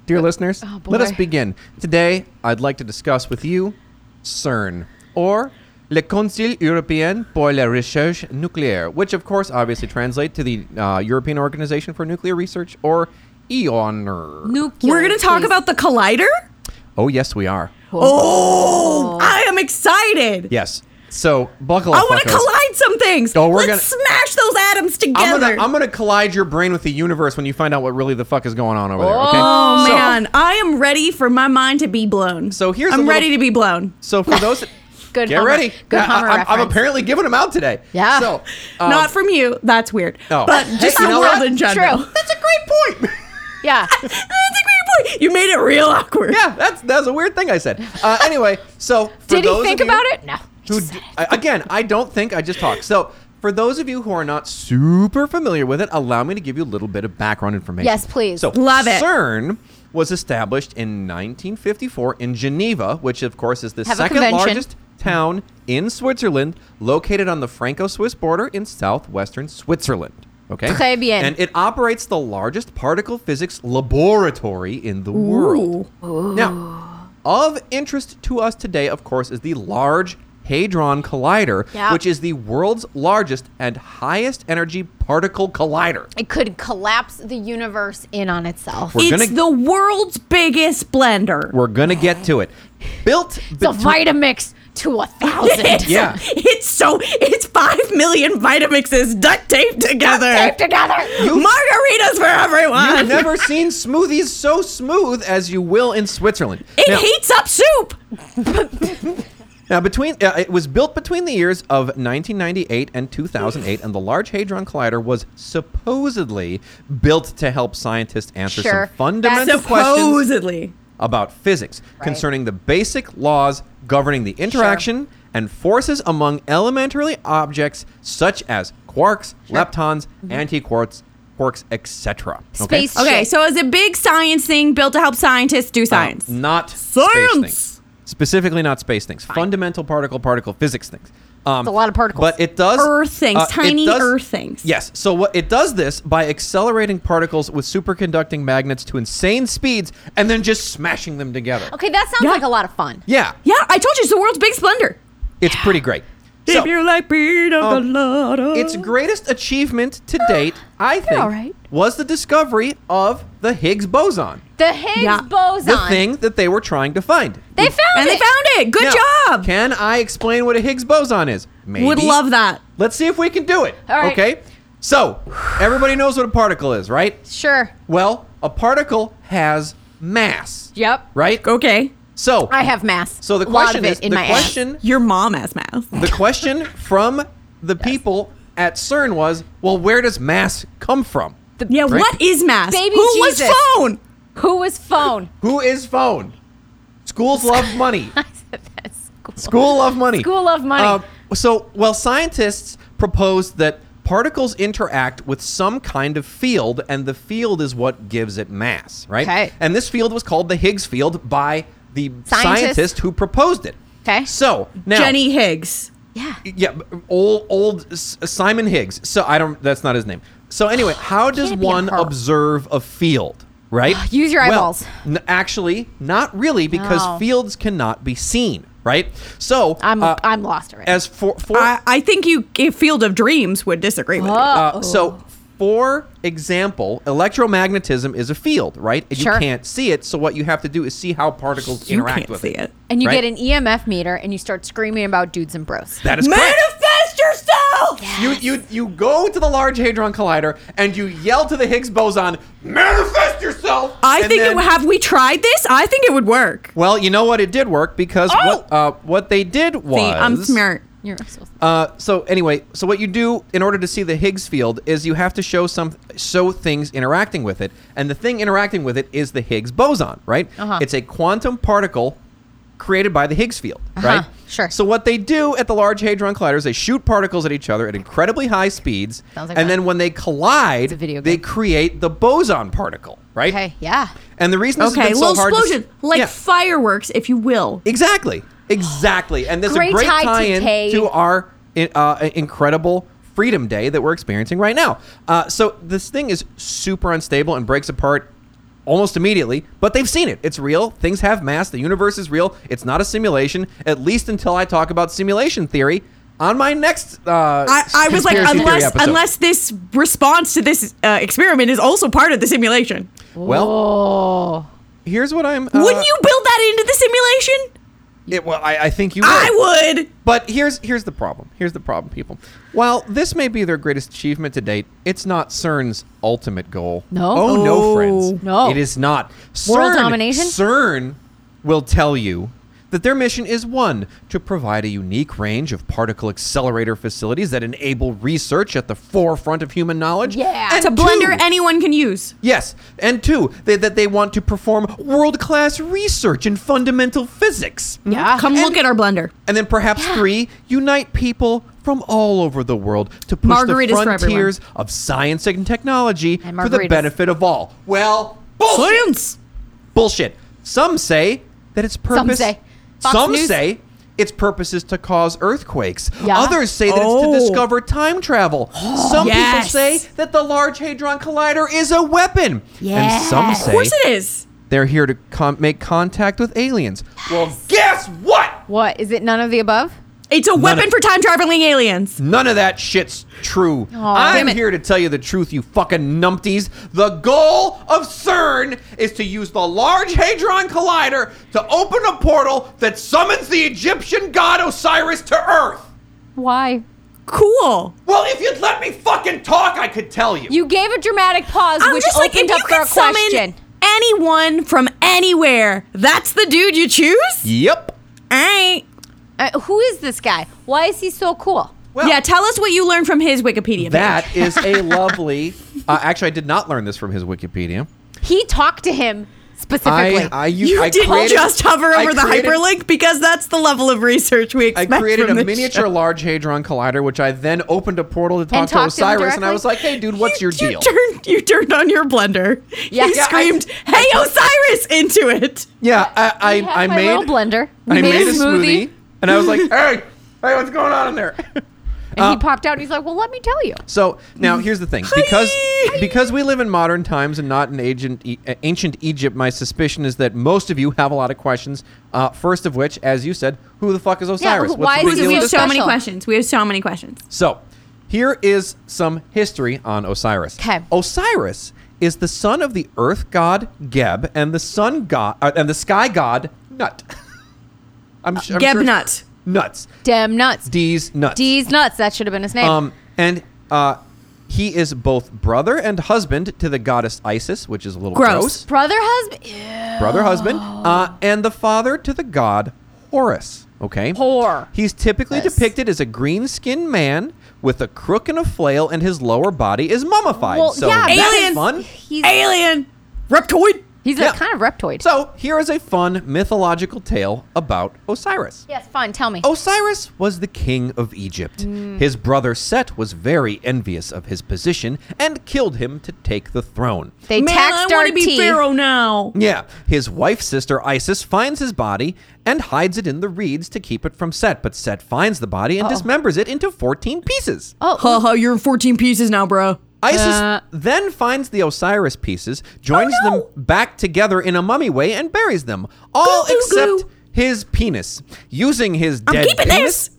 Speaker 3: dear listeners,
Speaker 4: Oh,
Speaker 3: let us
Speaker 4: boy.
Speaker 3: begin. Today, I'd like to discuss with you CERN, or Le Conseil Européen pour la Recherche Nucléaire, which, of course, obviously translates to the uh, European Organization for Nuclear Research, or E EONR.
Speaker 4: Nuclear,
Speaker 2: We're going to talk
Speaker 4: please.
Speaker 2: about the collider?
Speaker 3: Oh, yes, we are.
Speaker 2: Oh, I am excited.
Speaker 3: Yes. So, buckle up.
Speaker 2: I want to
Speaker 3: buckos.
Speaker 2: collide some things.
Speaker 3: Oh, we're
Speaker 2: Let's
Speaker 3: gonna-
Speaker 2: smash those atoms
Speaker 3: I'm
Speaker 2: together.
Speaker 3: gonna, I'm gonna collide your brain with the universe when you find out what really the fuck is going on over there. Okay.
Speaker 2: Oh
Speaker 3: So-
Speaker 2: man, I am ready for my mind to be blown.
Speaker 3: So here's a
Speaker 2: I'm
Speaker 3: little-
Speaker 2: ready to be blown.
Speaker 3: So, for those,
Speaker 4: Good
Speaker 3: get
Speaker 4: Hummer-
Speaker 3: ready.
Speaker 4: Good
Speaker 3: I-
Speaker 4: Hummer
Speaker 3: I, am
Speaker 4: reference.
Speaker 3: apparently giving them out today.
Speaker 4: Yeah.
Speaker 3: So, um,
Speaker 2: Not from you. That's weird.
Speaker 3: No.
Speaker 2: But
Speaker 3: Hey,
Speaker 2: just
Speaker 3: you
Speaker 2: the
Speaker 3: know
Speaker 2: world
Speaker 3: what?
Speaker 2: in general.
Speaker 4: True.
Speaker 3: That's a great point.
Speaker 4: Yeah.
Speaker 2: That's a great point. You made it real awkward.
Speaker 3: yeah, that's that's a weird thing I said. Uh, anyway, so for
Speaker 4: Did
Speaker 3: those
Speaker 4: he think
Speaker 3: of you
Speaker 4: about it? No.
Speaker 3: Who d- I- again? I don't think I just talked. So for those of you who are not super familiar with it, allow me to give you a little bit of background information.
Speaker 4: Yes, please.
Speaker 3: So
Speaker 2: Love it.
Speaker 3: CERN was established in 1954 in Geneva, which of course is the
Speaker 4: Have a
Speaker 3: second
Speaker 4: convention.
Speaker 3: largest town in Switzerland, located on the Franco-Swiss border in southwestern Switzerland. Okay.
Speaker 4: Très bien.
Speaker 3: And it operates the largest particle physics laboratory in the world. Now, of interest to us today, of course, is the Large Hadron Collider,
Speaker 4: Yeah.
Speaker 3: which is the world's largest and highest energy particle collider.
Speaker 4: It could collapse the universe in on itself.
Speaker 3: We're
Speaker 2: It's
Speaker 3: gonna-
Speaker 2: the world's biggest blender.
Speaker 3: We're gonna get to it. Built
Speaker 4: the
Speaker 3: between-
Speaker 4: Vitamix to a thousand.
Speaker 3: Yeah.
Speaker 2: It's so it's five million Vitamixes duct taped together.
Speaker 4: Taped together.
Speaker 2: Margaritas for everyone.
Speaker 3: I've never seen smoothies so smooth as you will in Switzerland.
Speaker 2: it
Speaker 3: Now-
Speaker 2: heats up soup.
Speaker 3: Now, between uh, it was built between the years of 1998 and 2008, and the Large Hadron Collider was supposedly built to help scientists answer
Speaker 4: Sure.
Speaker 3: some fundamental
Speaker 4: That's
Speaker 3: questions
Speaker 2: Supposedly.
Speaker 3: about physics concerning the basic laws governing the interaction and forces among elementary objects such as quarks, leptons, antiquarks, quarks, etc. Okay?
Speaker 4: Mm-hmm. Space
Speaker 2: Okay,
Speaker 4: shit.
Speaker 2: so it's a big science thing built to help scientists do
Speaker 3: Uh,
Speaker 2: science.
Speaker 3: not space
Speaker 2: Science!
Speaker 3: things. Specifically, not space things. Fundamental particle, particle physics things. Um,
Speaker 4: It's a lot of particles.
Speaker 3: But it does
Speaker 2: Earth things,
Speaker 3: uh, it
Speaker 2: tiny Earth things.
Speaker 3: Yes. So what it does this by accelerating particles with superconducting magnets to insane speeds and then just smashing them together.
Speaker 4: Okay, that sounds
Speaker 2: Yeah.
Speaker 4: like a lot of fun.
Speaker 3: Yeah,
Speaker 2: Yeah, I told you it's the world's big splendor.
Speaker 3: it's pretty great.
Speaker 2: if
Speaker 3: So,
Speaker 2: you're like Peter
Speaker 3: um,
Speaker 2: Gallardo.
Speaker 3: its greatest achievement to date, I think,
Speaker 4: all right.
Speaker 3: was the discovery of the Higgs boson,
Speaker 4: The Higgs
Speaker 2: Yeah.
Speaker 4: boson.
Speaker 3: the thing that they were trying to find.
Speaker 4: They found
Speaker 2: and
Speaker 4: it.
Speaker 2: they found it. Good
Speaker 3: Now,
Speaker 2: job.
Speaker 3: Can I explain what a Higgs boson is? Maybe.
Speaker 2: Would love that.
Speaker 3: Let's see if we can do it.
Speaker 4: All right.
Speaker 3: Okay. So everybody knows what a particle is, right?
Speaker 4: Sure.
Speaker 3: Well, a particle has mass.
Speaker 4: Yep.
Speaker 3: Right.
Speaker 2: Okay.
Speaker 3: So
Speaker 4: I have mass.
Speaker 3: So
Speaker 4: a
Speaker 3: the
Speaker 4: lot
Speaker 3: question
Speaker 4: of it
Speaker 3: is
Speaker 4: in
Speaker 3: the
Speaker 4: my
Speaker 3: question
Speaker 2: Your mom has math.
Speaker 3: the question from the people at CERN was, well, where does mass come from?
Speaker 2: Yeah,
Speaker 3: Right.
Speaker 2: what is math?
Speaker 4: Baby
Speaker 2: Who
Speaker 4: Jesus.
Speaker 2: was phone?
Speaker 4: ass. Who was phone?
Speaker 3: Who is phone? Schools love money.
Speaker 4: That's cool.
Speaker 3: School love money.
Speaker 4: School love money.
Speaker 3: Uh, so, well, scientists proposed that particles interact with some kind of field, and the field is what gives it mass, right?
Speaker 4: Okay.
Speaker 3: And this field was called the Higgs field by the
Speaker 4: Scientist.
Speaker 3: scientist who proposed it.
Speaker 4: Okay.
Speaker 3: So now
Speaker 2: Jenny Higgs.
Speaker 4: Yeah.
Speaker 3: yeah, b- old old S- Simon Higgs. So I don't. That's not his name. So anyway, how does
Speaker 4: Can't be
Speaker 3: one
Speaker 4: her.
Speaker 3: observe a field? Right.
Speaker 4: Use your
Speaker 3: Well,
Speaker 4: eyeballs.
Speaker 3: n- actually, not really, because
Speaker 4: No.
Speaker 3: fields cannot be seen. Right. So
Speaker 4: I'm
Speaker 3: uh,
Speaker 4: I'm lost already.
Speaker 3: as for for
Speaker 2: I, I think you a Field of Dreams would disagree with. me.
Speaker 4: Uh-oh.
Speaker 3: uh, so for example, electromagnetism is a field, right? And
Speaker 4: Sure.
Speaker 3: you can't see it. So what you have to do is see how particles
Speaker 2: You
Speaker 3: interact
Speaker 2: can't
Speaker 3: with
Speaker 2: see
Speaker 3: it.
Speaker 2: it.
Speaker 4: and you
Speaker 3: right?
Speaker 4: get an EMF meter and you start screaming about dudes and bros.
Speaker 3: That is correct.
Speaker 2: Manifest yourself.
Speaker 3: You, you you go to the Large Hadron Collider and you yell to the Higgs boson, manifest yourself.
Speaker 2: I
Speaker 3: And
Speaker 2: think
Speaker 3: then-
Speaker 2: it would have we tried this? I think it would work.
Speaker 3: Well, you know what? It did work because what uh, what they did was
Speaker 2: Oh! See, I'm smart.
Speaker 4: You're so-
Speaker 3: Uh, so anyway, so what you do in order to see the Higgs field is you have to show some show things interacting with it, and the thing interacting with it is the Higgs boson, right?
Speaker 4: Uh-huh.
Speaker 3: It's a quantum particle created by the Higgs field, right?
Speaker 4: Uh-huh. sure.
Speaker 3: So what they do at the Large Hadron Collider is they shoot particles at each other at incredibly high speeds,
Speaker 4: Sounds like
Speaker 3: and
Speaker 4: fun.
Speaker 3: then when they collide,
Speaker 4: It's a video
Speaker 3: they
Speaker 4: game.
Speaker 3: create the boson particle, right?
Speaker 4: Okay. Yeah.
Speaker 3: And the reason this has
Speaker 2: Okay,
Speaker 3: been
Speaker 2: little
Speaker 3: so hard to s-
Speaker 2: explosion, like
Speaker 3: Yeah.
Speaker 2: fireworks, if you will.
Speaker 3: Exactly. Exactly. And there's
Speaker 4: Great
Speaker 3: a great
Speaker 4: tie to
Speaker 3: tie-in
Speaker 4: Tay.
Speaker 3: to, our in- uh, incredible Freedom Day that we're experiencing right now. Uh, so this thing is super unstable and breaks apart almost immediately, but they've seen it. It's real. Things have mass. The universe is real. It's not a simulation, at least until I talk about simulation theory on my next uh,
Speaker 2: I, I was like,
Speaker 3: conspiracy theory
Speaker 2: unless
Speaker 3: episode.
Speaker 2: unless this response to this uh, experiment is also part of the simulation,
Speaker 3: Well,
Speaker 4: Oh.
Speaker 3: here's what I'm... uh,
Speaker 2: wouldn't you build that into the simulation?
Speaker 3: It, well, I, I think you would.
Speaker 2: I would.
Speaker 3: But here's here's the problem. Here's the problem, people. While this may be their greatest achievement to date, it's not CERN's ultimate goal.
Speaker 4: No.
Speaker 3: Oh, no, friends.
Speaker 4: No.
Speaker 3: It is not.
Speaker 4: World
Speaker 3: CERN
Speaker 4: domination?
Speaker 3: CERN will tell you that their mission is one to provide a unique range of particle accelerator facilities that enable research at the forefront of human knowledge.
Speaker 4: Yeah.
Speaker 3: And
Speaker 2: It's a blender
Speaker 3: two-
Speaker 2: anyone can use.
Speaker 3: Yes, and two, they, that they want to perform world-class research in fundamental physics.
Speaker 4: Yeah.
Speaker 2: Come
Speaker 3: And-
Speaker 2: look at our blender.
Speaker 3: And then perhaps three, unite people from all over the world to push
Speaker 2: Margaritas
Speaker 3: the
Speaker 2: for everyone.
Speaker 3: frontiers of science and technology
Speaker 4: And
Speaker 3: for the
Speaker 4: margaritas.
Speaker 3: benefit of all. Well, bullshit.
Speaker 2: Science.
Speaker 3: Bullshit. Some say that its purpose.
Speaker 4: say. Fox
Speaker 3: some
Speaker 4: News.
Speaker 3: say its purpose is to cause earthquakes.
Speaker 4: Yeah.
Speaker 3: Others say that
Speaker 2: Oh.
Speaker 3: it's to discover time travel. some
Speaker 2: Yes.
Speaker 3: people say that the Large Hadron Collider is a weapon. And some
Speaker 4: Yes.
Speaker 3: say
Speaker 2: Of course it is.
Speaker 3: they're here to con- make contact with aliens. Well, guess what?
Speaker 4: What is it? None of the above.
Speaker 2: It's a weapon
Speaker 3: of-
Speaker 2: for time traveling aliens.
Speaker 3: None of that shit's true.
Speaker 4: damn
Speaker 3: I'm
Speaker 4: it.
Speaker 3: here to tell you the truth, you fucking numpties. The goal of CERN is to use the Large Hadron Collider to open a portal that summons the Egyptian god Osiris to Earth.
Speaker 4: Why?
Speaker 2: Cool.
Speaker 3: Well, if you'd let me fucking talk, I could tell you.
Speaker 4: You gave a dramatic pause,
Speaker 2: I'm
Speaker 4: which
Speaker 2: just like, if
Speaker 4: opened
Speaker 2: you
Speaker 4: up for
Speaker 2: could
Speaker 4: a question.
Speaker 2: summon anyone from anywhere, that's the dude you choose.
Speaker 3: yep.
Speaker 2: All right.
Speaker 4: Uh, who is this guy? Why is he so cool?
Speaker 3: Well-
Speaker 2: yeah, tell us what you learned from his Wikipedia. page.
Speaker 3: That is a lovely. Uh, actually, I did not learn this from his Wikipedia.
Speaker 4: He talked to him specifically.
Speaker 3: I you,
Speaker 2: You
Speaker 3: I
Speaker 2: didn't
Speaker 3: created-
Speaker 2: just hover
Speaker 3: I
Speaker 2: over the
Speaker 3: created-
Speaker 2: hyperlink because that's the level of research we
Speaker 3: I
Speaker 2: expect.
Speaker 3: created
Speaker 2: from
Speaker 3: a
Speaker 2: this
Speaker 3: miniature
Speaker 2: show.
Speaker 3: Large Hadron Collider, which I then opened a portal to talk to
Speaker 4: talked to him
Speaker 3: Osiris, and I
Speaker 4: directly?
Speaker 3: was like, "Hey, dude, what's
Speaker 2: you,
Speaker 3: your deal?"
Speaker 2: You turned, you turned on your blender.
Speaker 4: Yeah.
Speaker 2: you
Speaker 4: Yeah, I-
Speaker 2: screamed, "Hey, Osiris!" into it.
Speaker 3: yeah, I
Speaker 4: We have
Speaker 3: I, I
Speaker 4: my
Speaker 3: made
Speaker 4: little blender. We
Speaker 3: I
Speaker 4: made a smoothie.
Speaker 3: and I was like, "Hey, hey, what's going on in there?"
Speaker 4: and
Speaker 3: Uh,
Speaker 4: he popped out and he's like, well, let me tell you.
Speaker 3: So now here's the thing, because because we live in modern times and not in ancient E- uh, ancient Egypt, my suspicion is that most of you have a lot of questions. Uh, first of which, as you said, who the fuck is Osiris?
Speaker 4: who- why
Speaker 3: the
Speaker 4: is
Speaker 3: big
Speaker 4: he so
Speaker 3: deal with
Speaker 4: was
Speaker 2: We have
Speaker 3: this
Speaker 2: so
Speaker 3: guy?
Speaker 2: many
Speaker 4: special.
Speaker 2: questions. We have so many questions.
Speaker 3: So, here is some history on Osiris.
Speaker 4: 'Kay.
Speaker 3: Osiris is the son of the earth god Geb and the sun god uh, and the sky god Nut. I'm, su- I'm
Speaker 2: Geb
Speaker 3: sure-
Speaker 2: Nut.
Speaker 3: Nuts.
Speaker 4: Damn nuts.
Speaker 3: D's nuts.
Speaker 4: D's nuts. That should have been his name.
Speaker 3: Um, and uh, he is both brother and husband to the goddess Isis, which is a little
Speaker 2: Gross.
Speaker 3: gross.
Speaker 4: Brother husband. Ew.
Speaker 3: Brother, husband, uh, and the father to the god Horus. Okay.
Speaker 4: Whore.
Speaker 3: He's typically
Speaker 4: Yes.
Speaker 3: depicted as a green-skinned man with a crook and a flail, and his lower body is mummified.
Speaker 4: Well,
Speaker 3: so
Speaker 4: yeah,
Speaker 3: that's
Speaker 2: Alien.
Speaker 3: fun.
Speaker 4: He's,
Speaker 2: Alien, reptoid.
Speaker 4: he's
Speaker 3: Yeah.
Speaker 4: a kind of reptoid.
Speaker 3: So here is a fun mythological tale about Osiris.
Speaker 4: yes, fine. Tell me.
Speaker 3: Oh, Osiris was the king of Egypt.
Speaker 4: Hmm.
Speaker 3: His brother Set was very envious of his position and killed him to take the throne.
Speaker 4: they
Speaker 2: Man, I
Speaker 4: taxed
Speaker 2: want
Speaker 4: our
Speaker 2: to be
Speaker 4: tea.
Speaker 2: pharaoh now.
Speaker 3: Yeah, his wife's sister Isis finds his body and hides it in the reeds to keep it from Set, but Set finds the body and dismembers it into 14 pieces.
Speaker 4: Oh,
Speaker 2: Ha ha! You're in 14 pieces now, bro.
Speaker 3: Isis
Speaker 4: Uh.
Speaker 3: then finds the Osiris pieces, joins
Speaker 2: Oh, no.
Speaker 3: them back together in a mummy way, and buries them. All
Speaker 2: Goo, goo,
Speaker 3: except
Speaker 2: goo.
Speaker 3: his penis. Using his
Speaker 2: I'm
Speaker 3: dead
Speaker 2: keeping
Speaker 3: penis.
Speaker 2: this.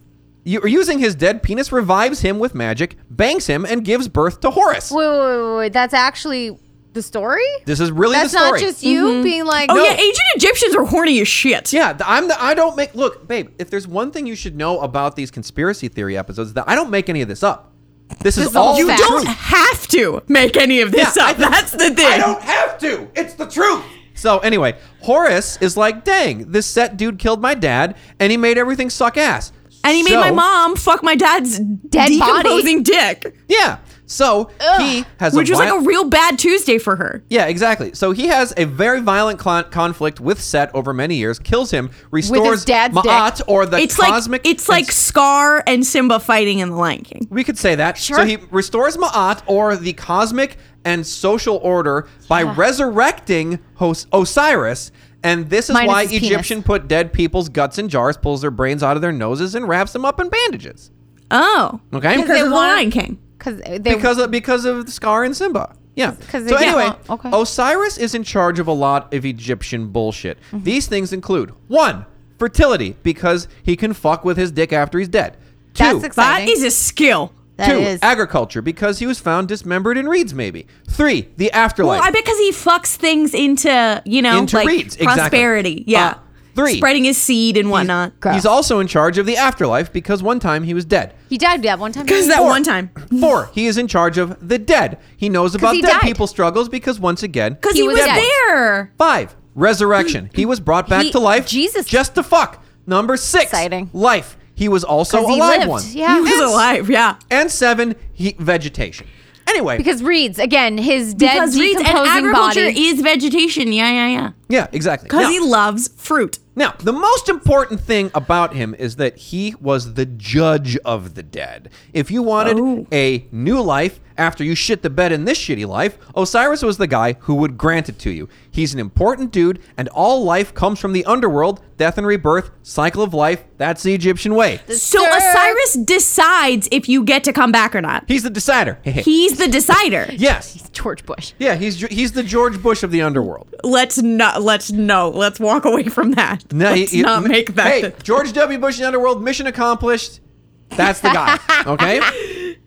Speaker 3: You using his dead penis revives him with magic, bangs him, and gives birth to Horus.
Speaker 4: wait, wait, wait, wait, wait. That's actually the story?
Speaker 3: This is really
Speaker 4: That's
Speaker 3: the story.
Speaker 4: not just you being like,
Speaker 2: Oh yeah, ancient Egyptians are horny as shit.
Speaker 3: yeah, th- I'm the I don't make look, babe. If there's one thing you should know about these conspiracy theory episodes, that I don't make any of this up. This, is
Speaker 4: is all
Speaker 3: all
Speaker 2: You
Speaker 4: Fact.
Speaker 2: don't
Speaker 3: true.
Speaker 2: have to make any of this
Speaker 3: Yeah, I
Speaker 2: up. That's the thing.
Speaker 3: I don't have to. It's the truth. So anyway, Horace is like, dang, this set dude killed my dad, and he made everything suck ass.
Speaker 2: and he made
Speaker 3: So-
Speaker 2: my mom fuck my dad's dead
Speaker 4: body.
Speaker 2: decomposing dick,
Speaker 3: Yeah. So he has
Speaker 2: which
Speaker 3: a
Speaker 2: was like
Speaker 3: vi-
Speaker 2: a real bad Tuesday for her.
Speaker 3: Yeah, exactly. So he has a very violent con- conflict with Set over many years, kills him, restores
Speaker 4: dad's dick.
Speaker 3: Ma'at or the
Speaker 2: It's
Speaker 3: cosmic.
Speaker 2: like it's like Scar and Simba fighting in The Lion King.
Speaker 3: we could say that.
Speaker 4: Sure.
Speaker 3: So he restores Ma'at or the cosmic and social order by resurrecting Hos- Osiris. And this is
Speaker 4: Minus
Speaker 3: why
Speaker 4: his penis.
Speaker 3: Egyptian put dead people's guts in jars, pulls their brains out of their noses, and wraps them up in bandages.
Speaker 2: Oh,
Speaker 3: Okay.
Speaker 2: because
Speaker 4: they
Speaker 2: of The
Speaker 4: wanna-
Speaker 2: Lion King.
Speaker 4: Because they
Speaker 3: because of because of Scar and Simba. Yeah.
Speaker 4: 'cause they
Speaker 3: So
Speaker 4: get-
Speaker 3: anyway,
Speaker 4: oh, okay.
Speaker 3: Osiris is in charge of a lot of Egyptian bullshit.
Speaker 4: Mm-hmm.
Speaker 3: These things include one, fertility, because he can fuck with his dick after he's dead. Two,
Speaker 4: That's exciting.
Speaker 2: That is a skill.
Speaker 4: That
Speaker 3: two,
Speaker 4: is-
Speaker 3: agriculture, because he was found dismembered in reeds. Maybe three, the afterlife.
Speaker 2: Well, I bet because he fucks things into you know
Speaker 3: Into
Speaker 2: like
Speaker 3: reeds, exactly.
Speaker 2: prosperity. Yeah,
Speaker 3: Uh, three.
Speaker 2: spreading his seed and whatnot.
Speaker 3: He's also in charge of the afterlife because one time he was dead.
Speaker 4: he died that one time.
Speaker 2: Because that
Speaker 3: Four.
Speaker 2: one time,
Speaker 3: Four, he is in charge of the dead. He knows about
Speaker 4: he
Speaker 3: dead
Speaker 4: died.
Speaker 3: people's struggles because once again,
Speaker 2: because
Speaker 4: He
Speaker 2: he,
Speaker 4: was
Speaker 2: was,
Speaker 4: dead.
Speaker 2: there.
Speaker 3: Five, resurrection. He was brought back
Speaker 4: He-
Speaker 3: to life.
Speaker 4: Jesus.
Speaker 3: Just to fuck. Number six,
Speaker 4: Exciting.
Speaker 3: life. He was also
Speaker 4: 'Cause he
Speaker 3: alive
Speaker 4: lived,
Speaker 3: once.
Speaker 4: yeah.
Speaker 2: He was
Speaker 3: and,
Speaker 2: alive. Yeah.
Speaker 3: And seven, he, vegetation. Anyway,
Speaker 4: Because Reed's, again, his dead
Speaker 2: Because reeds and
Speaker 4: decomposing
Speaker 2: agriculture
Speaker 4: body.
Speaker 2: is vegetation. Yeah, yeah, yeah.
Speaker 3: yeah, exactly.
Speaker 2: Because
Speaker 3: Now-
Speaker 2: he loves fruit.
Speaker 3: Now, the most important thing about him is that he was the judge of the dead. If you wanted
Speaker 2: Oh.
Speaker 3: a new life after you shit the bed in this shitty life, Osiris was the guy who would grant it to you. He's an important dude, and all life comes from the underworld, death and rebirth, cycle of life. That's the Egyptian way.
Speaker 2: So
Speaker 4: Sir.
Speaker 2: Osiris decides if you get to come back or not.
Speaker 3: He's the decider.
Speaker 2: He's the decider.
Speaker 3: yes.
Speaker 4: George Bush.
Speaker 3: Yeah, he's he's the George Bush of the underworld.
Speaker 2: Let's not. Let's no. Let's walk away from that.
Speaker 3: he-
Speaker 2: let's
Speaker 3: he-
Speaker 2: not make that.
Speaker 3: Hey, George W. Bush in the underworld, mission accomplished. That's the guy. Okay?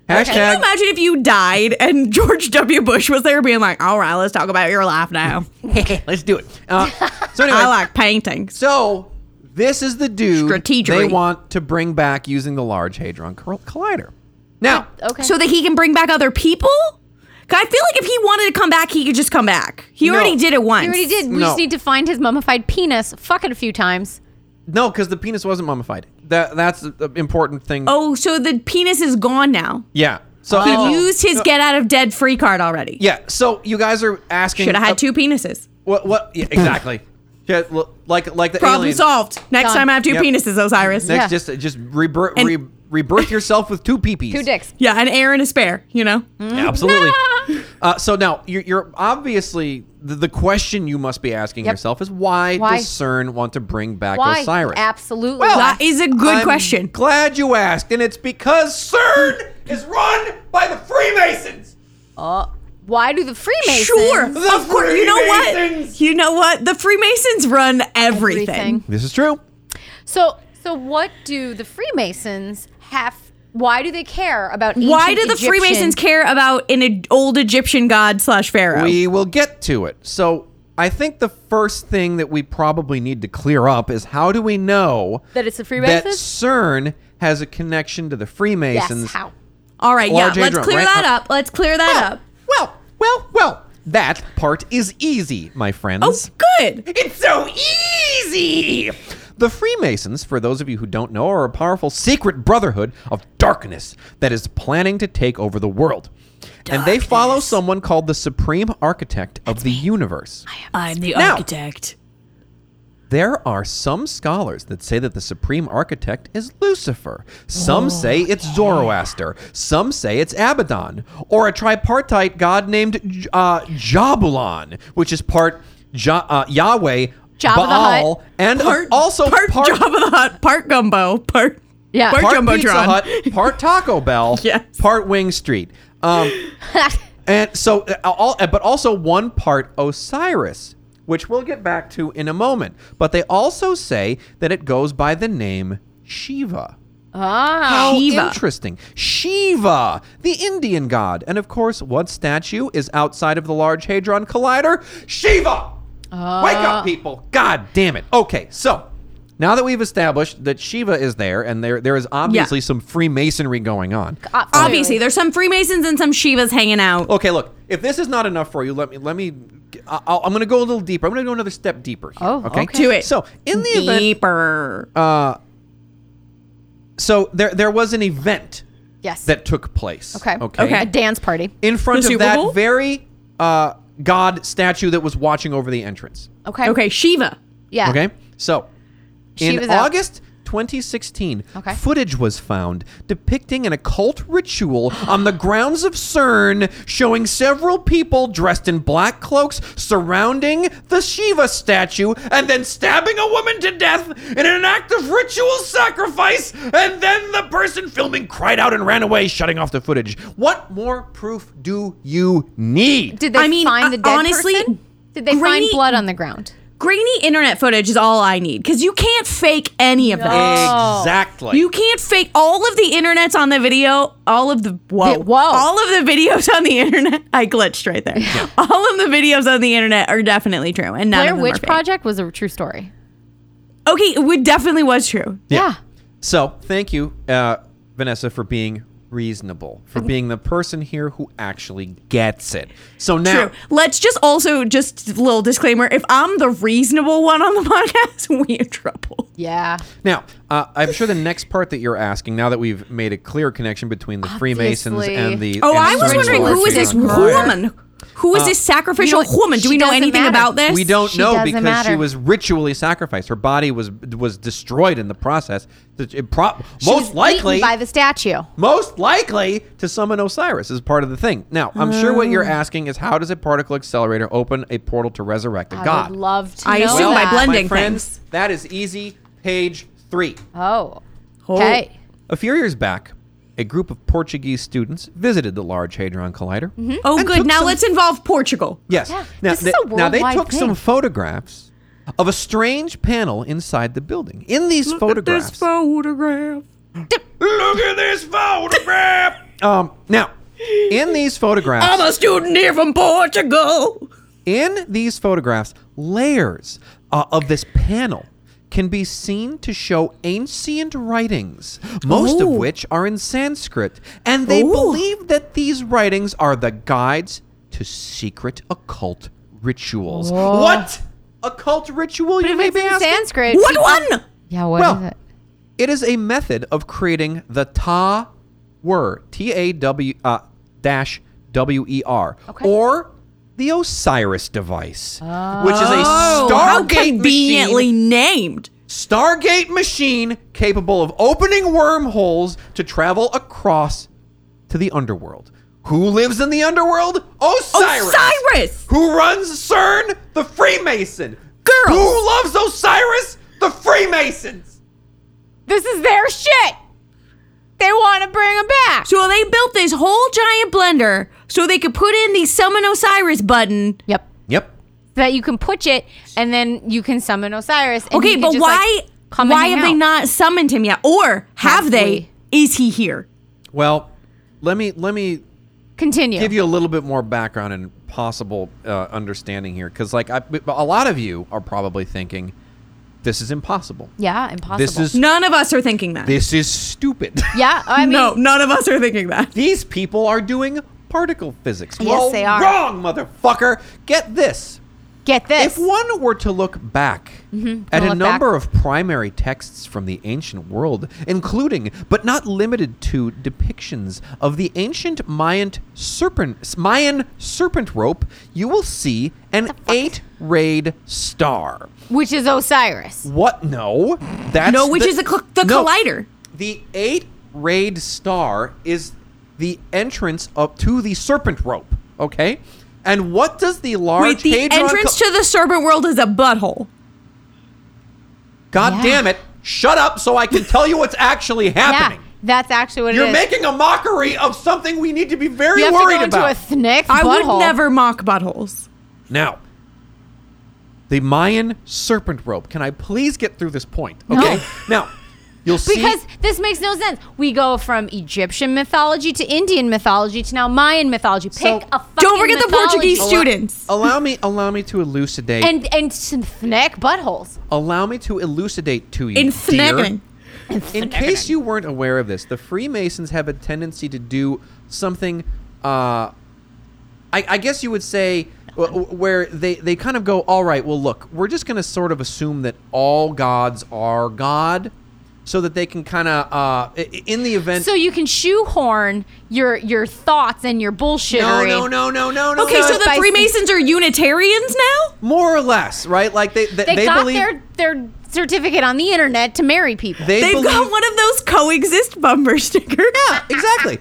Speaker 3: Hashtag
Speaker 2: Can you imagine if you died and George W. Bush was there being like, all right, let's talk about your life now.
Speaker 3: Let's do it. Uh, so anyway,
Speaker 2: I like paintings.
Speaker 3: so this is the dude
Speaker 2: Strategery.
Speaker 3: they want to bring back using the Large Hadron Col- Collider. Now,
Speaker 4: Okay.
Speaker 2: So that he can bring back other people? 'Cause I feel like if he wanted to come back, he could just come back. He
Speaker 3: No.
Speaker 2: already did it once.
Speaker 4: he already did. We
Speaker 3: No.
Speaker 4: just need to find his mummified penis, fuck it a few times.
Speaker 3: no, because the penis wasn't mummified. That that's the important thing.
Speaker 2: Oh, so the penis is gone now.
Speaker 3: yeah. So
Speaker 2: He used his get out of dead free card already.
Speaker 3: yeah. So you guys are asking.
Speaker 2: Should have
Speaker 3: uh,
Speaker 2: had two penises.
Speaker 3: What? What? Yeah, exactly. yeah, l- like like the
Speaker 2: Problem
Speaker 3: alien.
Speaker 2: solved. Next
Speaker 4: Done.
Speaker 2: time I have two
Speaker 3: Yep.
Speaker 2: penises, Osiris.
Speaker 3: Next,
Speaker 4: Yeah.
Speaker 3: just just rebirth
Speaker 2: And-
Speaker 3: re- rebirth yourself with two peepees.
Speaker 4: Two dicks.
Speaker 2: Yeah, and Aaron is spare, you know?
Speaker 4: Hmm.
Speaker 3: Yeah, absolutely. Uh, so now you're, you're obviously the, the question you must be asking
Speaker 4: Yep.
Speaker 3: yourself is why,
Speaker 4: Why?
Speaker 3: does CERN want to bring back
Speaker 4: Why?
Speaker 3: Osiris?
Speaker 4: Absolutely.
Speaker 2: that is a good
Speaker 3: I'm
Speaker 2: question.
Speaker 3: Glad you asked, and it's because CERN is run by the Freemasons.
Speaker 4: Uh, Why do the Freemasons?
Speaker 2: Sure.
Speaker 3: The
Speaker 2: of course. You know what?
Speaker 3: Freemasons.
Speaker 2: You know what? The Freemasons run everything.
Speaker 4: Everything.
Speaker 3: This is true.
Speaker 4: So, so what do the Freemasons have? Why do they care about?
Speaker 2: Why do
Speaker 4: ancient
Speaker 2: the
Speaker 4: Egyptian-
Speaker 2: Freemasons care about an e- old Egyptian god slash pharaoh?
Speaker 3: We will get to it. So I think the first thing that we probably need to clear up is how do we know
Speaker 4: That it's the
Speaker 3: that
Speaker 4: Freemasons?
Speaker 3: CERN has a connection to the Freemasons?
Speaker 4: Yes. How?
Speaker 2: All right, yeah.
Speaker 3: Large
Speaker 2: let's
Speaker 3: Hadron,
Speaker 2: clear
Speaker 3: right?
Speaker 2: that
Speaker 3: Uh,
Speaker 2: up. Let's clear that up.
Speaker 3: Well, well, well. That part is easy, my
Speaker 2: Oh,
Speaker 3: friends.
Speaker 2: good.
Speaker 3: It's so easy! The Freemasons, for those of you who don't know, are a powerful secret brotherhood of darkness that is planning to take over the world. And they follow someone called the Supreme Architect of the Universe.
Speaker 2: I'm the
Speaker 3: Now-
Speaker 2: architect.
Speaker 3: There are some scholars that say that the supreme architect is Lucifer.
Speaker 2: Oh,
Speaker 3: Some say it's Zoroaster. Some say it's Abaddon, or a tripartite god named J- uh, Jabulon, which is part Ja- uh, Yahweh,
Speaker 4: Jabba the
Speaker 3: Baal, and
Speaker 2: Part,
Speaker 3: also
Speaker 2: part,
Speaker 3: part,
Speaker 2: part Jabba the Hutt, part Gumbo, part
Speaker 4: Yeah.
Speaker 2: part,
Speaker 3: part
Speaker 2: Jumbotron.
Speaker 3: Pizza Hut, part Taco Bell,
Speaker 2: Yes.
Speaker 3: part Wing Street. Um, and so, uh, all, uh, but also one part Osiris, which we'll get back to in a moment. But they also say that it goes by the name Shiva.
Speaker 4: Ah.
Speaker 3: How
Speaker 2: Shiva.
Speaker 3: interesting. Shiva, the Indian god. And of course, what statue is outside of the Large Hadron Collider? Shiva! Wake up, people. God damn it. Okay, so now that we've established that Shiva is there and there there is obviously some Freemasonry going on.
Speaker 4: uh,
Speaker 2: Obviously, there's some Freemasons and some Shivas hanging out.
Speaker 3: Okay, look. If this is not enough for you, let me let me. I, I'll- I'm going to go a little deeper. I'm going to go another step deeper. Here,
Speaker 4: Oh,
Speaker 3: okay.
Speaker 4: okay.
Speaker 2: Do it.
Speaker 3: So in the event,
Speaker 2: Deeper.
Speaker 3: Uh, so there there was an event
Speaker 4: Yes.
Speaker 3: that took place.
Speaker 4: okay.
Speaker 3: Okay.
Speaker 4: A dance party.
Speaker 3: In front
Speaker 2: The
Speaker 3: of
Speaker 2: Super
Speaker 3: that
Speaker 2: Bowl?
Speaker 3: very uh, god statue that was watching over the entrance.
Speaker 4: Okay.
Speaker 2: okay, Shiva.
Speaker 4: Yeah.
Speaker 3: Okay. So
Speaker 4: She was
Speaker 3: in
Speaker 4: out.
Speaker 3: August 2016,
Speaker 4: Okay.
Speaker 3: footage was found depicting an occult ritual on the grounds of CERN showing several people dressed in black cloaks surrounding the Shiva statue and then stabbing a woman to death in an act of ritual sacrifice. And then the person filming cried out and ran away, shutting off the footage. What more proof do you need?
Speaker 4: Did they
Speaker 2: I mean,
Speaker 4: find the
Speaker 2: uh,
Speaker 4: dead
Speaker 2: honestly,
Speaker 4: person? Did they
Speaker 2: Granny-
Speaker 4: find blood on the ground?
Speaker 2: Grainy internet footage is all I need because you can't fake any of that.
Speaker 3: Exactly.
Speaker 2: You can't fake all of the internets on the video. All of the whoa,
Speaker 4: The- whoa.
Speaker 2: all of the videos on the internet. I glitched right there. All of the videos on the internet are definitely true, and none
Speaker 4: Blair
Speaker 2: of them are
Speaker 4: Witch
Speaker 2: fake.
Speaker 4: Project was a true story.
Speaker 2: Okay, it would- definitely was true.
Speaker 4: Yeah.
Speaker 3: So thank you, uh, Vanessa, for being reasonable, for being the person here who actually gets it. So now,
Speaker 2: True. Let's just also just a little disclaimer: if I'm the reasonable one on the podcast, we in trouble.
Speaker 4: Yeah.
Speaker 3: now uh, I'm sure the next part that you're asking, now that we've made a clear connection between the Freemasons
Speaker 4: Obviously.
Speaker 3: and the
Speaker 2: Oh,
Speaker 3: and
Speaker 2: I was
Speaker 3: CERN
Speaker 2: wondering who is
Speaker 3: working
Speaker 2: this
Speaker 3: on-
Speaker 4: Murder.
Speaker 2: woman? Who is this sacrificial
Speaker 4: you know what?
Speaker 2: woman? Do
Speaker 4: She
Speaker 2: we Uh, know
Speaker 4: doesn't
Speaker 2: anything
Speaker 4: matter.
Speaker 2: about this?
Speaker 3: We don't
Speaker 4: She
Speaker 3: know
Speaker 4: doesn't
Speaker 3: because she
Speaker 4: matter.
Speaker 3: was ritually sacrificed. Her body was was destroyed in the process. The- it pro- most likely
Speaker 4: by the statue.
Speaker 3: most likely to summon Osiris is part of the thing. Now, I'm sure what you're
Speaker 4: Hmm.
Speaker 3: asking is how does a particle accelerator open a portal to resurrect a
Speaker 4: I
Speaker 3: god?
Speaker 4: would love to.
Speaker 2: I
Speaker 4: know
Speaker 2: assume by
Speaker 4: that.
Speaker 2: blend- blending
Speaker 3: my friends,
Speaker 2: things.
Speaker 3: that is easy. Page three.
Speaker 4: Oh. Okay.
Speaker 3: A few years back, a group of Portuguese students visited the Large Hadron Collider.
Speaker 2: Oh,
Speaker 3: and
Speaker 2: good.
Speaker 3: took
Speaker 2: Now
Speaker 3: some-
Speaker 2: let's involve Portugal.
Speaker 3: Yes.
Speaker 4: Mm-hmm. Yeah,
Speaker 3: now,
Speaker 4: this is
Speaker 3: they,
Speaker 4: a
Speaker 3: now they
Speaker 4: worldwide
Speaker 3: took
Speaker 4: thing.
Speaker 3: some photographs of a strange panel inside the building. In these photographs,
Speaker 2: photograph.
Speaker 3: look at this photograph. um, now, in these photographs,
Speaker 2: I'm a student here from Portugal.
Speaker 3: In these photographs, layers uh, of this panel can be seen to show ancient writings, most of
Speaker 2: Ooh.
Speaker 3: which are in Sanskrit, and they
Speaker 2: Ooh.
Speaker 3: believe that these writings are the guides to secret occult rituals. What occult ritual you
Speaker 4: If
Speaker 3: may
Speaker 4: it's
Speaker 3: be
Speaker 4: in
Speaker 3: asking?
Speaker 4: Sanskrit.
Speaker 2: What
Speaker 4: people-
Speaker 2: one?
Speaker 4: Yeah, what
Speaker 3: Well,
Speaker 4: is it?
Speaker 3: It is a method of creating the ta word, T A W uh, dash W E R,
Speaker 4: Okay.
Speaker 3: or the Osiris device, which is a
Speaker 2: Oh, how
Speaker 3: Stargate
Speaker 2: conveniently
Speaker 3: machine,
Speaker 2: named.
Speaker 3: Stargate machine capable of opening wormholes to travel across to the underworld. Who lives in the underworld? Osiris.
Speaker 2: Osiris!
Speaker 3: Who runs CERN? The Freemason.
Speaker 2: Girls!
Speaker 3: Who loves Osiris? The Freemasons.
Speaker 4: This is their shit. They want to bring them back.
Speaker 2: So they built this whole giant blender so they could put in the summon Osiris button.
Speaker 4: Yep.
Speaker 3: Yep.
Speaker 4: That you can push it, and then you can summon Osiris. and he
Speaker 2: Okay,
Speaker 4: can
Speaker 2: but
Speaker 4: just,
Speaker 2: why?
Speaker 4: like, come and
Speaker 2: why
Speaker 4: hang
Speaker 2: have they
Speaker 4: out.
Speaker 2: not summoned him yet? Or have,
Speaker 4: Have
Speaker 2: they? Is he here?
Speaker 3: Well, let me let me
Speaker 4: continue?
Speaker 3: give you a little bit more background and possible uh, understanding here, because like I, but a lot of you are probably thinking, this is impossible.
Speaker 4: yeah, impossible.
Speaker 3: This is
Speaker 2: None of us are thinking that.
Speaker 3: this is stupid.
Speaker 4: yeah. I mean,
Speaker 2: no, none of us are thinking that.
Speaker 3: These people are doing particle physics.
Speaker 4: Yes,
Speaker 3: Well,
Speaker 4: they are.
Speaker 3: Wrong, motherfucker. Get this.
Speaker 4: get this.
Speaker 3: If one were to look back
Speaker 2: Mm-hmm.
Speaker 3: at a
Speaker 4: look
Speaker 3: number of primary texts from the ancient world, including but not limited to depictions of the ancient Mayan serpent Mayan serpent rope, you will see an eight-rayed star.
Speaker 4: which is Osiris.
Speaker 3: What? No, that's
Speaker 2: No, which is the cl- the collider.
Speaker 3: The eight-rayed star is the entrance up to the serpent rope. Okay, and what does the large
Speaker 2: Wait, the
Speaker 3: hadron
Speaker 2: entrance
Speaker 3: co-
Speaker 2: to the serpent world is a butthole.
Speaker 3: God
Speaker 4: Yeah.
Speaker 3: damn it! Shut up so I can tell you what's actually
Speaker 4: Yeah,
Speaker 3: happening.
Speaker 4: that's actually what
Speaker 3: You're
Speaker 4: it is.
Speaker 3: making a mockery of something we need to be very
Speaker 4: you have
Speaker 3: worried
Speaker 4: to go into
Speaker 3: about.
Speaker 4: a thick
Speaker 2: I
Speaker 4: butthole.
Speaker 2: would never mock buttholes.
Speaker 3: now, the Mayan serpent rope. Can I please get through this point? Okay. Now, you'll see.
Speaker 4: Because this makes no sense. We go from Egyptian mythology to Indian mythology to now Mayan mythology. Pick
Speaker 3: So-
Speaker 4: a fucking
Speaker 2: Don't forget the
Speaker 4: mythology.
Speaker 2: Portuguese students.
Speaker 3: allow me, allow me to elucidate.
Speaker 4: and and some snack buttholes.
Speaker 3: allow me to elucidate to you.
Speaker 2: In
Speaker 3: dear.
Speaker 2: snagging.
Speaker 3: In case you weren't aware of this, the Freemasons have a tendency to do something. Uh, I, I guess you would say wh- wh- where they they kind of go, all right. Well, look, we're just going to sort of assume that all gods are God, so that they can kind of uh, i- i- in the event.
Speaker 4: So you can shoehorn your your thoughts and your bullshit.
Speaker 3: no, no, no, no, no, no.
Speaker 2: Okay,
Speaker 3: no.
Speaker 2: so the
Speaker 4: spicy.
Speaker 2: Freemasons are Unitarians now?
Speaker 3: more or less, right? Like they they,
Speaker 4: They, got
Speaker 3: believe
Speaker 4: their their certificate on the internet to marry people.
Speaker 3: they
Speaker 2: They've
Speaker 3: believe
Speaker 2: got one of those coexist bumper stickers.
Speaker 3: Yeah, exactly.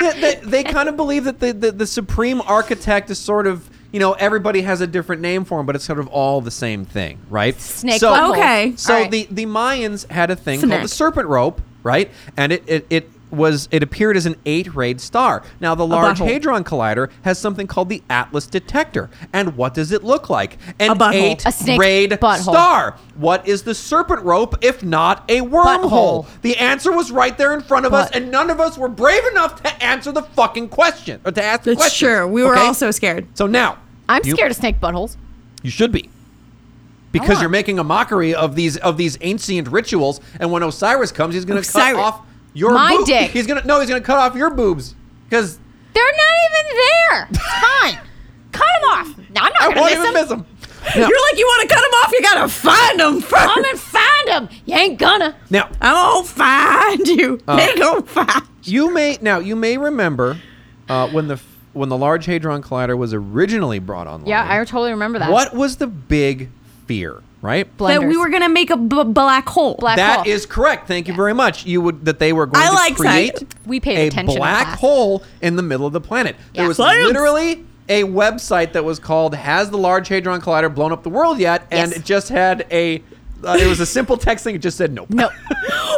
Speaker 3: they, they, they kind of believe that the, the, the supreme architect is sort of, you know, everybody has a different name for him, but it's sort of all the same thing, right?
Speaker 4: Snake
Speaker 3: So,
Speaker 4: butthole.
Speaker 2: Okay.
Speaker 3: So
Speaker 4: All right.
Speaker 3: the, the Mayans had a thing
Speaker 2: Snack.
Speaker 3: called the serpent rope, right? And it, it, it was it appeared as an eight-rayed star. Now the Large
Speaker 2: butthole.
Speaker 3: Hadron Collider has something called the Atlas Detector. And what does it look like?
Speaker 2: A
Speaker 3: An
Speaker 2: butthole.
Speaker 4: A snake
Speaker 3: eight-rayed
Speaker 4: butthole.
Speaker 3: star. What is the serpent rope if not a wormhole?
Speaker 4: Butthole.
Speaker 3: The answer was right there in front of us,
Speaker 4: But-
Speaker 3: and none of us were brave enough to answer the fucking question or to ask the
Speaker 2: That's
Speaker 3: question.
Speaker 2: true. We were
Speaker 3: okay?
Speaker 2: all so scared.
Speaker 3: So now
Speaker 4: I'm
Speaker 3: you-
Speaker 4: scared of snake buttholes.
Speaker 3: You should be. Because
Speaker 4: on.
Speaker 3: you're making a mockery of these of these ancient rituals, and when Osiris comes, he's gonna
Speaker 2: Osiris.
Speaker 3: cut off your
Speaker 4: My
Speaker 3: boob-
Speaker 4: dick.
Speaker 3: He's gonna no, he's gonna cut off your boobs because
Speaker 4: They're not even there. It's fine. Cut them off. No, I'm not
Speaker 3: I
Speaker 4: gonna
Speaker 3: won't
Speaker 4: miss them.
Speaker 3: even miss him.
Speaker 2: You're like, you want to cut them off? You gotta find them first.
Speaker 4: Come and find them. You ain't gonna.
Speaker 3: Now
Speaker 2: I won't find you.
Speaker 3: Uh.
Speaker 2: they gonna find you.
Speaker 3: You may now you may remember uh, when the when the Large Hadron Collider was originally brought online.
Speaker 4: Yeah, I totally remember that.
Speaker 3: What was the big fear? Right.
Speaker 2: That
Speaker 4: Blenders.
Speaker 2: we were gonna make a b- black hole.
Speaker 4: Black-
Speaker 3: That
Speaker 4: hole.
Speaker 3: is correct. Thank you very much. You would that they were going
Speaker 2: I
Speaker 3: to
Speaker 2: like
Speaker 3: create
Speaker 2: science.
Speaker 4: We paid
Speaker 3: a
Speaker 4: attention in
Speaker 3: black
Speaker 4: class.
Speaker 3: hole in the middle of the planet. There
Speaker 4: Yeah.
Speaker 3: was
Speaker 2: Science.
Speaker 3: literally a website that was called "Has the Large Hadron Collider blown up the world yet?" And
Speaker 4: Yes.
Speaker 3: it just had a uh, it was a simple text thing. It just said nope.
Speaker 4: No.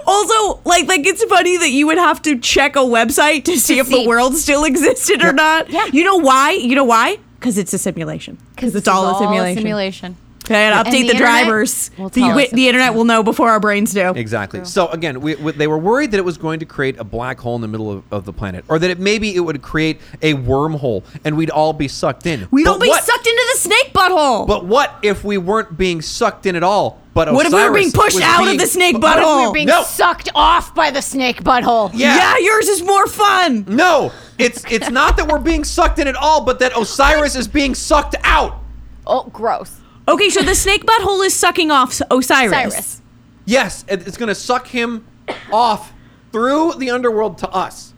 Speaker 2: Also, like, like it's funny that you would have to check a website to see if the
Speaker 4: see.
Speaker 2: world still existed or not.
Speaker 4: Yeah.
Speaker 2: You know why? You know why? Because it's a simulation. Because it's, all a simulation.
Speaker 4: simulation.
Speaker 2: They gotta
Speaker 4: And
Speaker 2: update
Speaker 4: the
Speaker 2: the,
Speaker 4: internet
Speaker 2: drivers.
Speaker 4: will
Speaker 2: The,
Speaker 4: tell
Speaker 2: wi-
Speaker 4: us
Speaker 2: the
Speaker 4: if-
Speaker 2: internet will know before our brains do.
Speaker 3: Exactly. So again, we, we, they were worried that it was going to create a black hole in the middle of, of the planet, or that it maybe it would create a wormhole, and we'd all be sucked in.
Speaker 2: We
Speaker 3: But
Speaker 2: don't be
Speaker 3: what-
Speaker 2: sucked into the snake butthole.
Speaker 3: But what if we weren't being sucked in at all? But
Speaker 2: What if we were
Speaker 3: Osiris
Speaker 2: being pushed
Speaker 3: was
Speaker 2: out of
Speaker 3: being-
Speaker 2: the snake
Speaker 3: But-
Speaker 2: butthole?
Speaker 4: We're being
Speaker 3: No.
Speaker 4: sucked off by the snake butthole.
Speaker 3: Yeah.
Speaker 2: yeah, yours is more fun.
Speaker 3: No, it's it's not that we're being sucked in at all, but that Osiris is being sucked out.
Speaker 4: Oh, gross.
Speaker 2: Okay, so the snake butthole is sucking off S- Osiris.
Speaker 4: Cyrus.
Speaker 3: Yes, it- it's going to suck him off through the underworld to us.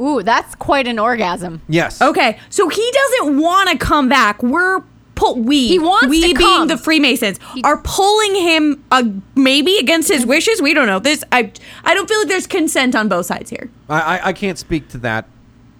Speaker 4: Ooh, that's quite an orgasm.
Speaker 3: Yes.
Speaker 2: Okay, so he doesn't want to come back. We're pull we
Speaker 4: He wants
Speaker 2: we
Speaker 4: to
Speaker 2: being
Speaker 4: come.
Speaker 2: the Freemasons are pulling him uh, maybe against his wishes. We don't know this. I I don't feel like there's consent on both sides here.
Speaker 3: I, I, I can't speak to that.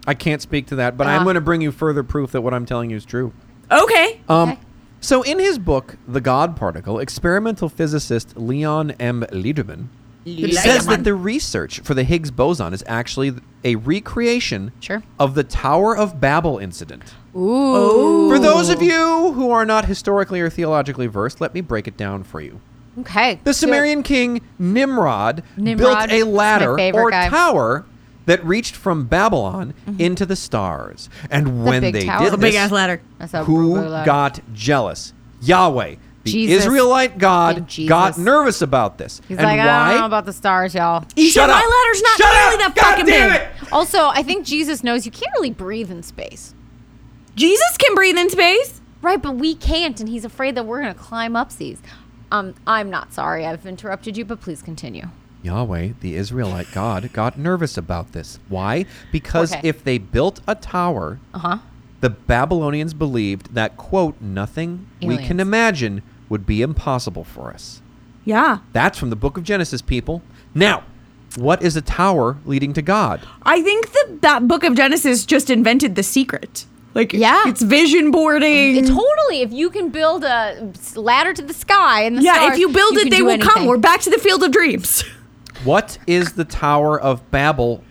Speaker 3: I can't speak to that, but I'm
Speaker 4: Uh.
Speaker 3: going to bring you further proof that what I'm telling you is true.
Speaker 2: Okay,
Speaker 3: Um,
Speaker 4: Okay.
Speaker 3: So, in his book, The God Particle, experimental physicist Leon M. Lederman says that the research for the Higgs boson is actually a recreation
Speaker 4: Sure.
Speaker 3: of the Tower of Babel incident.
Speaker 4: Ooh.
Speaker 3: For those of you who are not historically or theologically versed, let me break it down for you.
Speaker 4: Okay.
Speaker 3: The Sumerian king Nimrod,
Speaker 4: Nimrod
Speaker 3: built a
Speaker 4: is my
Speaker 3: ladder
Speaker 4: favorite
Speaker 3: or
Speaker 4: guy.
Speaker 3: tower that reached from Babylon into the stars. And when
Speaker 4: big
Speaker 3: they
Speaker 4: tower.
Speaker 3: did
Speaker 4: The
Speaker 2: a big
Speaker 3: this,
Speaker 2: ass ladder.
Speaker 4: That's a
Speaker 3: who
Speaker 4: brutal lie.
Speaker 3: got jealous? Yahweh, the
Speaker 4: Jesus.
Speaker 3: Israelite God,
Speaker 4: And Jesus.
Speaker 3: got nervous about this.
Speaker 4: He's
Speaker 3: and
Speaker 4: like,
Speaker 3: why?
Speaker 4: I don't know about the stars, y'all.
Speaker 2: He said
Speaker 3: Shut up.
Speaker 2: my ladder's not
Speaker 3: Shut
Speaker 2: really
Speaker 3: up.
Speaker 2: that fucking
Speaker 3: God damn
Speaker 2: big.
Speaker 3: it.
Speaker 4: Also, I think Jesus knows you can't really breathe in space.
Speaker 2: Jesus can breathe in space.
Speaker 4: Right, but we can't, and he's afraid that we're going to climb up these. Um, I'm not sorry I've interrupted you, but please continue.
Speaker 3: Yahweh, the Israelite God, got nervous about this. Why? Because
Speaker 4: Okay.
Speaker 3: if they built a tower,
Speaker 4: Uh huh.
Speaker 3: the Babylonians believed that, quote, nothing we can
Speaker 4: Aliens.
Speaker 3: imagine would be impossible for us.
Speaker 2: Yeah,
Speaker 3: That's from the book of Genesis, people. Now, what is a tower leading to God?
Speaker 2: I think that that Book of Genesis just invented the secret. Like
Speaker 4: Yeah.
Speaker 2: it's vision boarding.
Speaker 4: Totally. If you can build a s- ladder to the sky and the
Speaker 2: yeah,
Speaker 4: stars,
Speaker 2: if you build it,
Speaker 4: can
Speaker 2: they
Speaker 4: do
Speaker 2: will come.
Speaker 4: anything.
Speaker 2: We're back to the field of dreams.
Speaker 3: What is the Tower of Babel?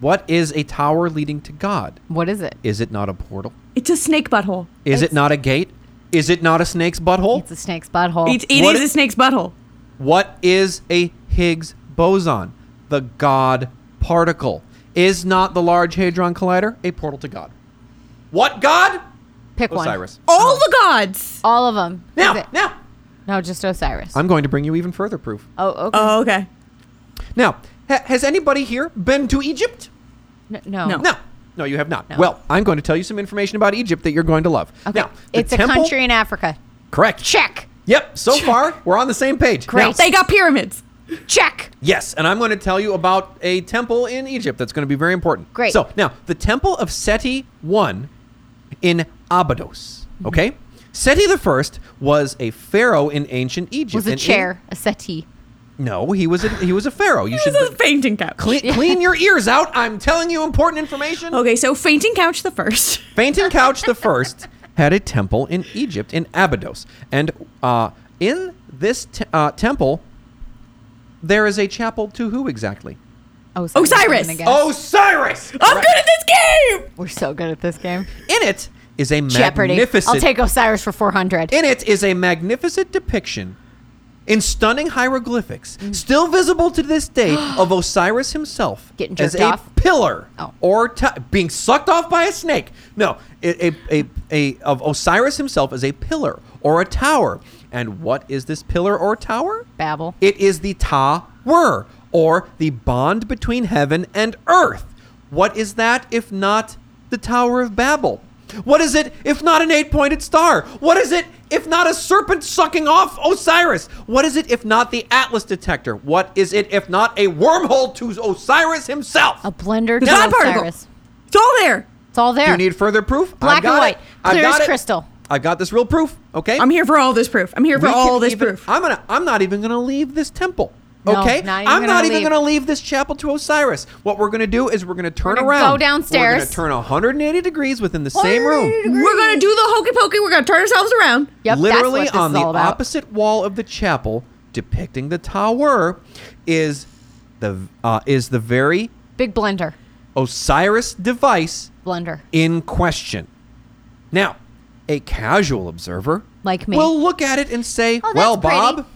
Speaker 3: What is a tower leading to God?
Speaker 4: What is it?
Speaker 3: Is it not a portal?
Speaker 2: It's a snake butthole.
Speaker 3: Is it not a gate? Is it not a snake's butthole?
Speaker 4: It's a snake's butthole.
Speaker 2: It, it
Speaker 3: Oh, What
Speaker 2: is
Speaker 3: i-
Speaker 2: a snake's butthole.
Speaker 3: What is a Higgs boson? The God particle. Is not the Large Hadron Collider a portal to God? What God?
Speaker 4: Pick one.
Speaker 3: Osiris.
Speaker 2: All the gods.
Speaker 4: All of them.
Speaker 3: Now, now,
Speaker 4: No, just Osiris.
Speaker 3: I'm going to bring you even further proof.
Speaker 4: oh, okay.
Speaker 2: Oh, okay.
Speaker 3: Now, ha- has anybody here been to Egypt?
Speaker 4: N- no.
Speaker 2: No.
Speaker 3: No. No, you have not. Well, I'm going to tell you some information about Egypt that you're going to love.
Speaker 4: Okay.
Speaker 3: Now, the
Speaker 4: it's
Speaker 3: temple-
Speaker 4: a country in Africa.
Speaker 3: Correct.
Speaker 4: Check.
Speaker 3: Yep. So far, we're on the same page.
Speaker 4: Great.
Speaker 3: Now,
Speaker 2: They got pyramids.
Speaker 4: Check.
Speaker 3: yes, and I'm going to tell you about a temple in Egypt that's going to be very important.
Speaker 4: Great.
Speaker 3: So now, the temple of Seti I in Abydos. Okay. Seti the first was a pharaoh in ancient Egypt.
Speaker 4: Was a
Speaker 3: and in-
Speaker 4: chair, a settee.
Speaker 3: no, he was a he was a pharaoh. You should
Speaker 2: This is a fainting couch.
Speaker 3: clean, clean your ears out. I'm telling you important information.
Speaker 2: Okay, so fainting couch the first.
Speaker 3: Fainting Couch the First had a temple in Egypt in Abydos, and uh, in this te- uh, temple there is a chapel to who exactly?
Speaker 4: Osiris.
Speaker 2: Osiris.
Speaker 4: I'm gonna guess.
Speaker 3: Oh. Osiris.
Speaker 2: I'm good at this game.
Speaker 4: We're so good at this game.
Speaker 3: In it is a
Speaker 4: Jeopardy.
Speaker 3: magnificent.
Speaker 4: I'll take Osiris for 400.
Speaker 3: in it is a magnificent depiction. In stunning hieroglyphics,
Speaker 4: Mm.
Speaker 3: still visible to this day, of Osiris himself
Speaker 4: Getting
Speaker 3: as
Speaker 4: jerked
Speaker 3: a
Speaker 4: off?
Speaker 3: pillar
Speaker 4: Oh.
Speaker 3: or t- being sucked off by a snake. No, a, a, a, a, of Osiris himself as a pillar or a tower. And what is this pillar or tower?
Speaker 4: Babel.
Speaker 3: It is the Tower, or the bond between heaven and earth. What is that if not the Tower of Babel? What is it if not an eight pointed star? What is it if not a serpent sucking off Osiris? What is it if not the Atlas detector? What is it if not a wormhole to Osiris himself?
Speaker 4: A blender to
Speaker 2: God particle.
Speaker 4: Osiris.
Speaker 2: It's all there.
Speaker 4: It's all there.
Speaker 3: Do you need further proof?
Speaker 4: Black and
Speaker 3: got
Speaker 4: white.
Speaker 3: it. I
Speaker 4: Clear
Speaker 3: got
Speaker 4: as
Speaker 3: it.
Speaker 4: crystal.
Speaker 3: I got this real proof. Okay.
Speaker 2: I'm here for all this proof. I'm here for
Speaker 3: We
Speaker 2: all
Speaker 3: can
Speaker 2: this
Speaker 3: even-
Speaker 2: proof.
Speaker 3: I'm gonna. I'm not even gonna leave this temple.
Speaker 4: No,
Speaker 3: Okay,
Speaker 4: not even
Speaker 3: I'm
Speaker 4: gonna
Speaker 3: not even
Speaker 4: leave.
Speaker 3: gonna leave this chapel to Osiris. What we're gonna do is we're gonna turn
Speaker 4: gonna
Speaker 3: around.
Speaker 4: go downstairs.
Speaker 3: We're gonna turn 180 degrees within the same room.
Speaker 2: We're gonna do the hokey pokey. We're gonna turn ourselves around.
Speaker 4: Yep, that's
Speaker 3: Literally
Speaker 4: what this
Speaker 3: on
Speaker 4: is
Speaker 3: the
Speaker 4: all about.
Speaker 3: opposite wall of the chapel, depicting the tower, is the uh, is the very
Speaker 4: Big blender.
Speaker 3: Osiris device
Speaker 4: Blender.
Speaker 3: in question. Now, a casual observer
Speaker 4: Like me. Oh,
Speaker 3: will look at it and say,
Speaker 4: that's
Speaker 3: "Well,
Speaker 4: pretty."
Speaker 3: Bob,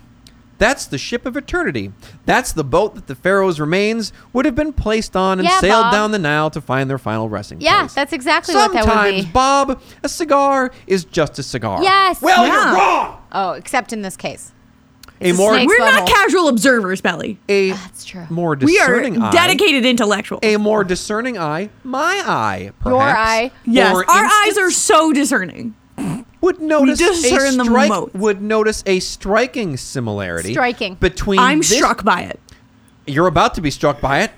Speaker 3: that's the ship of eternity. That's the boat that the pharaoh's remains would have been placed on and
Speaker 4: Yeah,
Speaker 3: sailed
Speaker 4: Bob.
Speaker 3: down the Nile to find their final resting
Speaker 4: Yeah,
Speaker 3: place."
Speaker 4: that's exactly what
Speaker 3: Sometimes,
Speaker 4: that would be.
Speaker 3: Bob, a cigar is just a cigar.
Speaker 4: Yes.
Speaker 3: Well,
Speaker 2: Yeah.
Speaker 3: you're wrong.
Speaker 4: Oh, except in this case.
Speaker 3: A
Speaker 4: a
Speaker 3: more
Speaker 4: snake.
Speaker 2: We're not
Speaker 4: butthole.
Speaker 2: casual observers, Belly.
Speaker 3: a
Speaker 4: That's true.
Speaker 3: more
Speaker 2: We are
Speaker 3: discerning eye.
Speaker 2: dedicated intellectuals.
Speaker 3: A more discerning eye, my eye, perhaps,
Speaker 4: eye.
Speaker 2: Yes,
Speaker 3: for
Speaker 2: our
Speaker 3: instance,
Speaker 2: eyes are so discerning.
Speaker 3: would notice a
Speaker 2: discern the
Speaker 3: strike-
Speaker 2: motes.
Speaker 3: would notice a striking similarity
Speaker 4: Striking.
Speaker 3: between
Speaker 2: I'm
Speaker 3: this-
Speaker 2: struck by it.
Speaker 3: you're about to be struck by it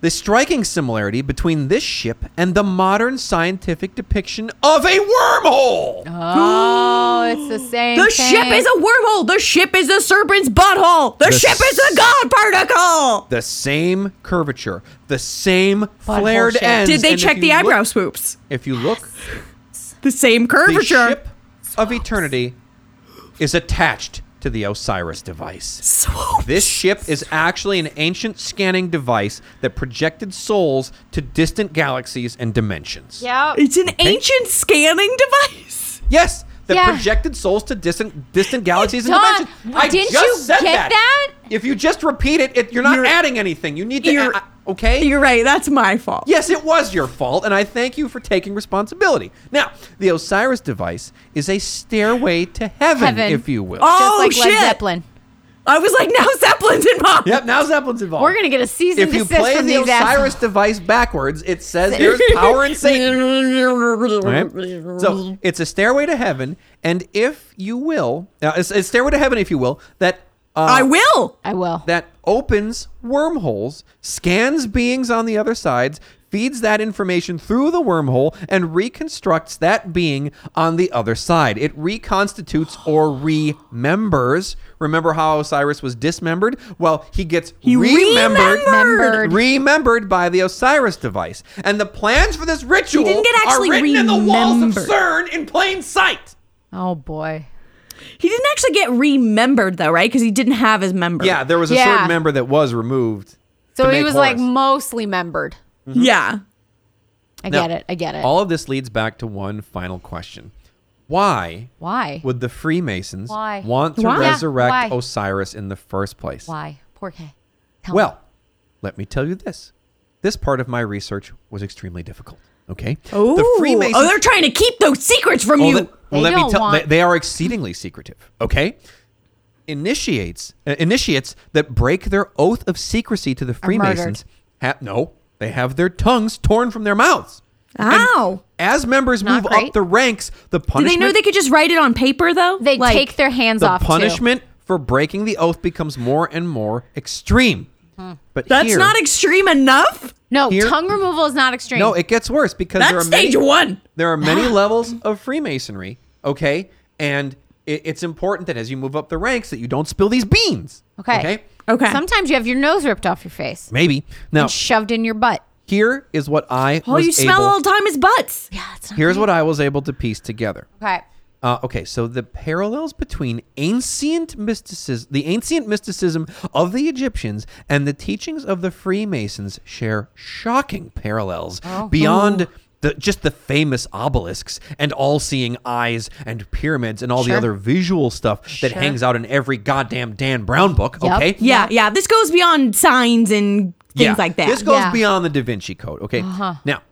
Speaker 3: the striking similarity between this ship and the modern scientific depiction of a wormhole.
Speaker 2: Uh-huh.
Speaker 4: Oh, it's the same.
Speaker 2: The
Speaker 4: thing.
Speaker 2: ship is a wormhole. The ship is the serpent's butthole. The, ship is a god particle.
Speaker 3: The same curvature, the same flared
Speaker 4: shape.
Speaker 3: ends.
Speaker 2: Did they
Speaker 3: and
Speaker 2: check
Speaker 3: if
Speaker 2: the
Speaker 3: you look-
Speaker 2: eyebrow swoops?
Speaker 3: If you look,
Speaker 2: The same
Speaker 3: the
Speaker 2: curvature.
Speaker 3: ship of eternity is attached to the Osiris device.
Speaker 2: Swoop.
Speaker 3: This ship is actually an ancient scanning device that projected souls to distant galaxies and dimensions.
Speaker 4: Yeah.
Speaker 2: It's an ancient scanning device.
Speaker 3: Yes, that
Speaker 4: Yeah.
Speaker 3: projected souls to distant distant galaxies and
Speaker 4: Don,
Speaker 3: dimensions. I
Speaker 4: didn't
Speaker 3: just
Speaker 4: you
Speaker 3: said
Speaker 4: get
Speaker 3: that.
Speaker 4: that?
Speaker 3: If you just repeat it, it you're not
Speaker 2: You're-
Speaker 3: adding anything. You need to.
Speaker 2: you're-
Speaker 3: add- okay.
Speaker 2: You're right. That's my fault.
Speaker 3: Yes, it was your fault, and I thank you for taking responsibility. Now, the Osiris device is a stairway to heaven,
Speaker 4: Heaven.
Speaker 3: if you will.
Speaker 2: Oh,
Speaker 4: Just like
Speaker 2: shit.
Speaker 4: Led Zeppelin.
Speaker 2: I was like, now Zeppelin's involved.
Speaker 3: Yep, now Zeppelin's involved.
Speaker 4: We're gonna get a cease and
Speaker 3: if you
Speaker 4: desist
Speaker 3: play
Speaker 4: from
Speaker 3: the
Speaker 4: these
Speaker 3: Osiris
Speaker 4: assholes.
Speaker 3: device backwards, it says there's power in Satan. Right? So it's a stairway to heaven, and if you will, uh, it's a stairway to heaven, if you will, that uh,
Speaker 2: I will.
Speaker 4: I will.
Speaker 3: that opens wormholes, scans beings on the other sides, feeds that information through the wormhole, and reconstructs that being on the other side. It reconstitutes or remembers. Remember how Osiris was dismembered? Well, he gets remembered,
Speaker 4: remembered.
Speaker 3: remembered by the Osiris device. And the plans for this ritual
Speaker 2: didn't get actually
Speaker 3: are written in the walls of
Speaker 2: remembered.
Speaker 3: CERN in plain sight.
Speaker 4: oh boy.
Speaker 2: He didn't actually get remembered though, right? Because he didn't have his member.
Speaker 3: Yeah, there was a
Speaker 4: Yeah.
Speaker 3: certain member that was removed.
Speaker 4: So
Speaker 3: to
Speaker 4: he
Speaker 3: make
Speaker 4: was like
Speaker 3: Horus.
Speaker 4: mostly membered.
Speaker 2: Yeah.
Speaker 4: I
Speaker 3: No.
Speaker 4: get it. I get it.
Speaker 3: All of this leads back to one final question. Why
Speaker 4: Why?
Speaker 3: would the Freemasons
Speaker 4: Why?
Speaker 3: want to
Speaker 2: Why?
Speaker 3: resurrect
Speaker 4: Yeah, why?
Speaker 3: Osiris in the first place?
Speaker 4: Why? Poor K. Tell me.
Speaker 3: Well, let me tell you this. This part of my research was extremely difficult. Okay.
Speaker 2: Oh.
Speaker 3: the Freemasons.
Speaker 2: Oh, they're trying to keep those secrets from
Speaker 3: Well,
Speaker 2: you.
Speaker 3: let- well,
Speaker 4: They
Speaker 3: let me
Speaker 4: don't
Speaker 3: tell.
Speaker 4: want-
Speaker 3: They, they are exceedingly secretive. Okay. Initiates uh, initiates that break their oath of secrecy to the
Speaker 4: murdered.
Speaker 3: Freemasons. Ha- no, they have their tongues torn from their mouths. And
Speaker 2: Ow.
Speaker 3: As members
Speaker 4: Not
Speaker 3: move
Speaker 4: great.
Speaker 3: up the ranks, the
Speaker 2: Do
Speaker 3: punishment
Speaker 2: they know they could just write it on paper though?
Speaker 4: they
Speaker 2: Like-
Speaker 4: take their hands
Speaker 3: the
Speaker 4: off. too.
Speaker 3: punishment for breaking the oath becomes more and more extreme. But
Speaker 2: Hmm. That's
Speaker 3: here-
Speaker 2: not extreme enough.
Speaker 4: No,
Speaker 3: Here-
Speaker 4: tongue removal is not extreme.
Speaker 3: no. It gets worse because there
Speaker 2: That's
Speaker 3: are
Speaker 2: stage
Speaker 3: many,
Speaker 2: one.
Speaker 3: there are many levels of Freemasonry. Okay, and it, it's important that as you move up the ranks, that you don't spill these beans.
Speaker 4: okay.
Speaker 3: Okay.
Speaker 2: Okay.
Speaker 4: Sometimes you have your nose ripped off your face,
Speaker 3: Maybe now.
Speaker 4: shoved in your butt.
Speaker 3: Here is what I
Speaker 2: All
Speaker 3: was
Speaker 2: Oh, you smell
Speaker 3: able-
Speaker 2: all the time is butts.
Speaker 4: Yeah, it's not.
Speaker 3: Here's what I was able to piece together.
Speaker 4: Okay.
Speaker 3: Uh, okay, so the parallels between ancient mysticism, the ancient mysticism of the Egyptians, and the teachings of the Freemasons share shocking parallels
Speaker 4: Oh,
Speaker 3: beyond the, just the famous obelisks and all-seeing eyes and pyramids and all
Speaker 4: Sure.
Speaker 3: the other visual stuff that
Speaker 4: Sure.
Speaker 3: hangs out in every goddamn Dan Brown book.
Speaker 4: Yep.
Speaker 3: Okay,
Speaker 2: Yeah, yeah. This goes beyond signs and things
Speaker 3: Yeah.
Speaker 2: like that.
Speaker 3: This goes
Speaker 4: Yeah. Uh-huh.
Speaker 3: beyond the Da Vinci Code. Okay, now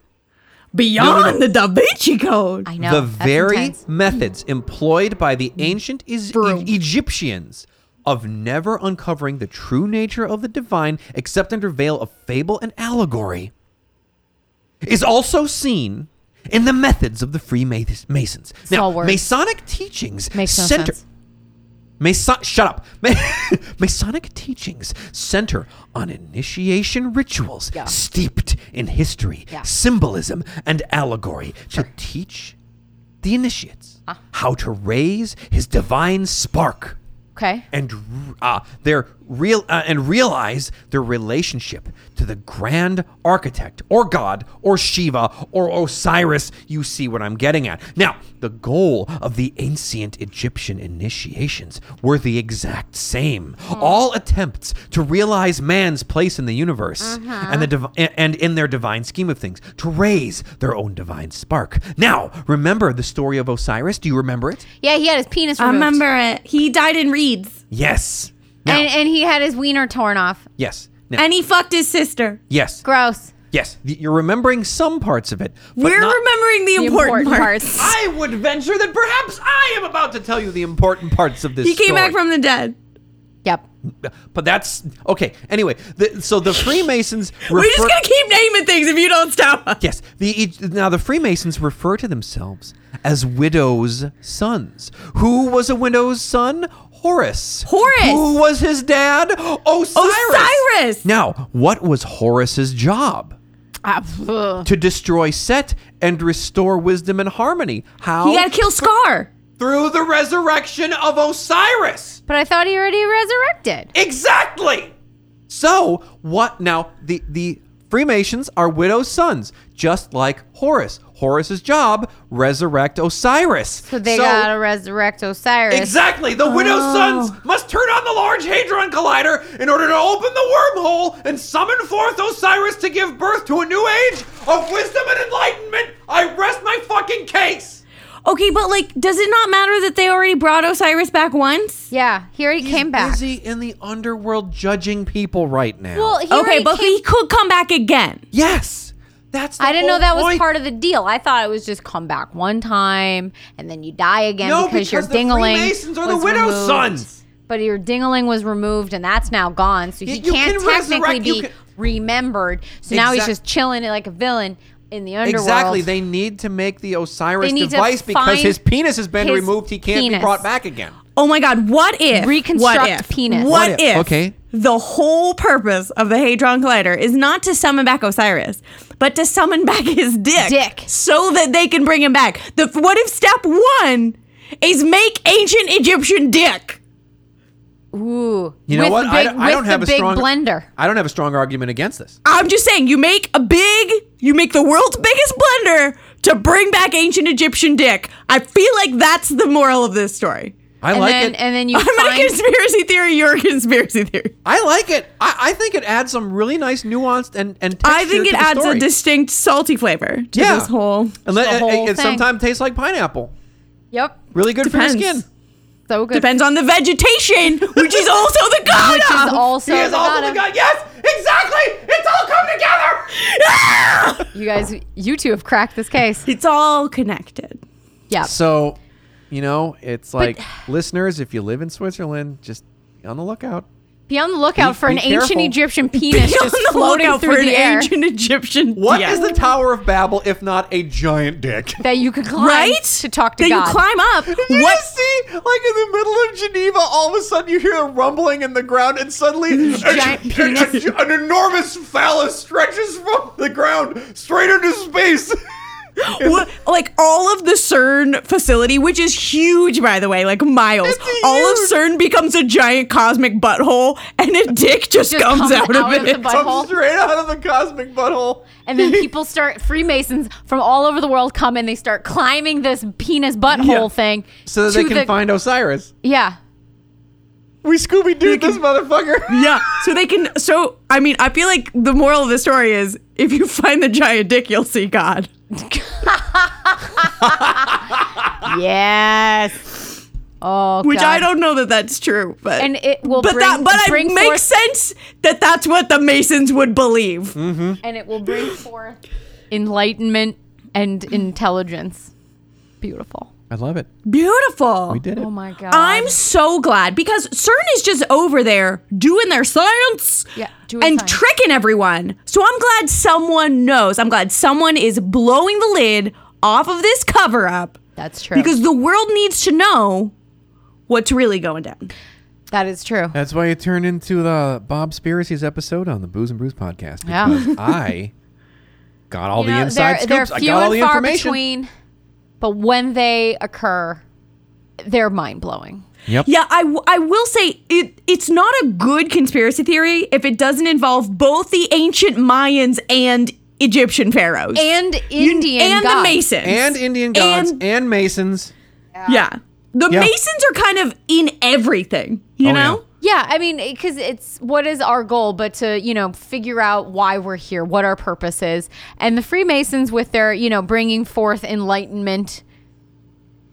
Speaker 2: beyond the Da Vinci Code.
Speaker 4: I know.
Speaker 3: the
Speaker 4: that's
Speaker 3: very
Speaker 4: intense.
Speaker 3: methods employed by the ancient is-
Speaker 2: Broom.
Speaker 3: E- Egyptians of never uncovering the true nature of the divine except under veil of fable and allegory is also seen in the methods of the Freemasons.
Speaker 4: all
Speaker 3: Now,
Speaker 4: words.
Speaker 3: Masonic teachings
Speaker 4: Makes no
Speaker 3: center
Speaker 4: sense.
Speaker 3: Mason, shut up. Ma- Masonic teachings center on initiation rituals
Speaker 4: Yeah.
Speaker 3: steeped in history,
Speaker 4: Yeah.
Speaker 3: symbolism, and allegory to teach the initiates
Speaker 4: Ah.
Speaker 3: how to raise his divine spark
Speaker 4: Okay.
Speaker 3: and r- uh, their real uh, and realize their relationship to the grand architect or god or Shiva or Osiris. You see what I'm getting at. Now, the goal of the ancient Egyptian initiations were the exact same. All attempts to realize man's place in the universe and the div- a- and in their divine scheme of things to raise their own divine spark. Now, remember the story of Osiris? Do you remember it?
Speaker 4: Yeah, he had his penis
Speaker 2: I
Speaker 4: removed.
Speaker 2: remember it. He died in reeds,
Speaker 3: Yes. Now,
Speaker 4: And, and he had his wiener torn off.
Speaker 3: yes. Now,
Speaker 2: and he fucked his sister.
Speaker 3: yes.
Speaker 4: Gross.
Speaker 3: Yes, th- you're remembering some parts of it. but
Speaker 2: We're
Speaker 3: not-
Speaker 2: remembering the,
Speaker 4: The
Speaker 2: important,
Speaker 4: important
Speaker 2: parts.
Speaker 4: parts.
Speaker 3: I would venture that perhaps I am about to tell you the important parts of this.
Speaker 2: He came back
Speaker 3: story.
Speaker 2: from the dead.
Speaker 4: Yep.
Speaker 3: but that's okay. Anyway, the, so the Freemasons.
Speaker 2: We're just
Speaker 3: refer-
Speaker 2: gonna keep naming things if you don't stop us.
Speaker 3: Yes, the E- now the Freemasons refer to themselves as widows' sons. Who was a widow's son? Horace.
Speaker 2: Horace!
Speaker 3: Who was his dad? Osiris.
Speaker 2: Osiris!
Speaker 3: Now, what was Horace's job?
Speaker 4: Ah, ugh.
Speaker 3: To destroy Set and restore wisdom and harmony. How?
Speaker 2: You gotta kill Scar.
Speaker 3: Through the resurrection of Osiris.
Speaker 4: but I thought he already resurrected.
Speaker 3: Exactly. So what? Now the the Freemasons are widow's sons, just like Horus. Horus's job resurrect Osiris.
Speaker 4: So they gotta resurrect Osiris.
Speaker 3: Exactly. The widow's
Speaker 4: Oh.
Speaker 3: sons must turn on the Large Hadron Collider in order to open the wormhole and summon forth Osiris to give birth to a new age of wisdom and enlightenment. I rest my fucking case.
Speaker 2: Okay, but like, does it not matter that they already brought Osiris back once?
Speaker 4: Yeah, he already came back.
Speaker 3: Busy in the underworld judging people right now.
Speaker 4: Well, he
Speaker 2: okay,
Speaker 4: already
Speaker 2: but
Speaker 4: came-
Speaker 2: he could come back again.
Speaker 3: yes. That's the
Speaker 4: I didn't know
Speaker 3: whole
Speaker 4: that was
Speaker 3: point.
Speaker 4: part of the deal. I thought it was just come back one time and then you die again
Speaker 3: No,
Speaker 4: because,
Speaker 3: because
Speaker 4: your
Speaker 3: the
Speaker 4: dingling
Speaker 3: Freemasons are the
Speaker 4: was
Speaker 3: widow's
Speaker 4: removed.
Speaker 3: sons.
Speaker 4: But your dingling was removed and that's now gone, so he
Speaker 3: you
Speaker 4: can't
Speaker 3: can
Speaker 4: technically
Speaker 3: resurrect-
Speaker 4: be
Speaker 3: you can-
Speaker 4: remembered. So now he's
Speaker 3: Exact-
Speaker 4: just chilling like a villain in the underworld.
Speaker 3: Exactly. They need to make the Osiris
Speaker 4: They need to
Speaker 3: device because
Speaker 4: find
Speaker 3: his penis has been
Speaker 4: his
Speaker 3: removed. He can't
Speaker 4: penis.
Speaker 3: be brought back again.
Speaker 2: Oh my God! What if
Speaker 4: Reconstruct
Speaker 2: what if,
Speaker 4: penis.
Speaker 2: What,
Speaker 3: What if-
Speaker 2: if,
Speaker 3: okay.
Speaker 2: the whole purpose of the hadron collider is not to summon back Osiris, but to summon back his dick,
Speaker 4: Dick.
Speaker 2: so that they can bring him back. The what if step one is make ancient Egyptian dick.
Speaker 4: Ooh.
Speaker 3: You know
Speaker 4: with
Speaker 3: what?
Speaker 4: The
Speaker 3: I
Speaker 4: big,
Speaker 3: don't, I
Speaker 4: with
Speaker 3: don't
Speaker 4: the
Speaker 3: have a
Speaker 4: big
Speaker 3: strong
Speaker 4: blender.
Speaker 3: I don't have a strong argument against this.
Speaker 2: I'm just saying, you make a big, you make the world's biggest blender to bring back ancient Egyptian dick. I feel like that's the moral of this story.
Speaker 3: I
Speaker 4: and
Speaker 3: like
Speaker 4: then
Speaker 3: it.
Speaker 4: and then you
Speaker 2: I'm
Speaker 4: find
Speaker 2: a conspiracy theory. You're a conspiracy theory.
Speaker 3: I like it. I, I think it adds some really nice nuanced and and.
Speaker 2: I
Speaker 3: texture
Speaker 2: think
Speaker 3: to
Speaker 2: it
Speaker 3: the
Speaker 2: adds
Speaker 3: story.
Speaker 2: a distinct salty flavor to
Speaker 3: Yeah.
Speaker 2: this whole.
Speaker 3: And let-
Speaker 4: the
Speaker 3: it-
Speaker 4: whole
Speaker 3: it, it
Speaker 4: thing.
Speaker 3: sometimes tastes like pineapple.
Speaker 4: Yep.
Speaker 3: Really good for your
Speaker 2: Depends.
Speaker 3: skin.
Speaker 4: So good.
Speaker 2: Depends on the vegetation, which is also the god
Speaker 4: Which
Speaker 2: of.
Speaker 4: is also,
Speaker 3: He is
Speaker 4: the
Speaker 3: also
Speaker 4: god
Speaker 3: the
Speaker 4: of-
Speaker 3: guy. Yes, exactly. It's all come together.
Speaker 4: You guys you two have cracked this case.
Speaker 2: it's all connected.
Speaker 4: Yeah.
Speaker 3: So, you know, it's like listeners, if you live in Switzerland, just be on the lookout.
Speaker 4: Be on the lookout
Speaker 3: Be-
Speaker 4: for an
Speaker 3: be
Speaker 4: ancient
Speaker 3: careful.
Speaker 4: Egyptian penis
Speaker 2: Be on
Speaker 4: just
Speaker 2: the
Speaker 4: floating
Speaker 2: lookout
Speaker 4: through
Speaker 2: for
Speaker 4: the
Speaker 2: an
Speaker 4: air
Speaker 2: ancient Egyptian.
Speaker 3: What
Speaker 2: dick.
Speaker 3: is the Tower of Babel if not a giant dick?
Speaker 4: that you could climb
Speaker 2: right
Speaker 4: to talk to
Speaker 2: that
Speaker 4: God.
Speaker 2: You climb up.
Speaker 3: You
Speaker 2: what?
Speaker 3: just see, like in the middle of Geneva, all of a sudden you hear a rumbling in the ground, and suddenly a-
Speaker 4: Giant
Speaker 3: a-
Speaker 4: penis.
Speaker 3: a- an enormous phallus stretches from the ground straight into space.
Speaker 2: What, like all of the CERN facility, which is huge, by the way, like miles.
Speaker 3: It's
Speaker 2: All of
Speaker 3: huge.
Speaker 2: CERN becomes a giant cosmic butthole, and a dick just,
Speaker 4: Just
Speaker 2: comes,
Speaker 4: comes
Speaker 2: out,
Speaker 4: out
Speaker 2: of
Speaker 4: of
Speaker 2: it.
Speaker 4: the butt. Butthole.
Speaker 3: Comes straight out of the cosmic butthole.
Speaker 4: and then people start Freemasons from all over the world come and they start climbing this penis butthole
Speaker 3: Yeah.
Speaker 4: thing. to the-
Speaker 3: Osiris.
Speaker 4: Yeah.
Speaker 3: We Scooby Doo this motherfucker.
Speaker 2: yeah. So they can. So I mean, I feel like the moral of the story is: if you find the giant dick, you'll see God.
Speaker 4: Yes. Oh
Speaker 2: Ah. Which
Speaker 4: God.
Speaker 2: I don't know that that's true, but
Speaker 4: And it will
Speaker 2: But
Speaker 4: bring-
Speaker 2: that, but
Speaker 4: bring
Speaker 2: it makes
Speaker 4: forth-
Speaker 2: sense that that's what the Masons would believe.
Speaker 4: and it will bring forth enlightenment and intelligence. Beautiful.
Speaker 3: I love it.
Speaker 2: Beautiful.
Speaker 3: did
Speaker 4: Oh my god.
Speaker 2: I'm so glad because CERN is just over there doing their science
Speaker 4: Yeah, doing
Speaker 2: and
Speaker 4: science.
Speaker 2: tricking everyone. So I'm glad someone knows. I'm glad someone is blowing the lid off of this cover up
Speaker 4: That's true.
Speaker 2: because the world needs to know what's really going down.
Speaker 4: that is true.
Speaker 3: That's why it turned into the Bob Spiracy's episode on the Booze and Brews podcast.
Speaker 4: Yeah.
Speaker 3: Because I got all
Speaker 4: You
Speaker 3: the
Speaker 4: know,
Speaker 3: inside
Speaker 4: they're,
Speaker 3: scoops.
Speaker 4: They're
Speaker 3: I
Speaker 4: few
Speaker 3: got all
Speaker 4: and
Speaker 3: the
Speaker 4: far
Speaker 3: information.
Speaker 4: between, but when they occur, they're mind blowing.
Speaker 3: Yep.
Speaker 2: Yeah, I, w- I will say it it's not a good conspiracy theory if it doesn't involve both the ancient Mayans and Egyptian pharaohs
Speaker 4: And
Speaker 2: You-
Speaker 4: Indian
Speaker 2: and
Speaker 4: gods.
Speaker 2: the Masons
Speaker 3: And Indian gods and,
Speaker 2: And-
Speaker 3: Masons.
Speaker 2: Yeah. The
Speaker 3: Yeah.
Speaker 2: Masons are kind of in everything, you
Speaker 3: Oh,
Speaker 2: know?
Speaker 4: Yeah, I mean, because it's what is our goal, but to you know figure out why we're here, what our purpose is, and the Freemasons with their you know bringing forth enlightenment.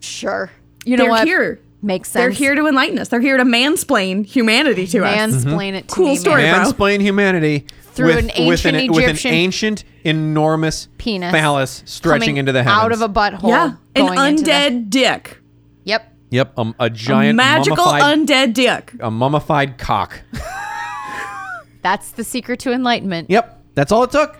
Speaker 4: Sure, you know
Speaker 2: They're
Speaker 4: what?
Speaker 2: here.
Speaker 4: Makes sense.
Speaker 2: They're here to enlighten us. They're here to mansplain humanity to us.
Speaker 3: Mm-hmm.
Speaker 4: mansplain it. To
Speaker 2: Cool
Speaker 4: me,
Speaker 2: story.
Speaker 4: man.
Speaker 2: bro.
Speaker 3: Mansplain humanity
Speaker 4: Through
Speaker 3: with,
Speaker 4: an
Speaker 3: with, an,
Speaker 4: ancient
Speaker 3: with an
Speaker 4: Egyptian
Speaker 3: ancient, enormous
Speaker 4: Penis
Speaker 3: phallus stretching
Speaker 4: Coming
Speaker 3: into the heavens.
Speaker 4: out of a butthole.
Speaker 2: Yeah. An
Speaker 4: going into the-
Speaker 2: undead dick.
Speaker 4: yep.
Speaker 3: yep, um, a
Speaker 2: A
Speaker 3: giant
Speaker 2: magical
Speaker 3: mummified,
Speaker 2: undead dick.
Speaker 3: a mummified cock.
Speaker 4: That's the secret to enlightenment.
Speaker 3: Yep, that's all it took.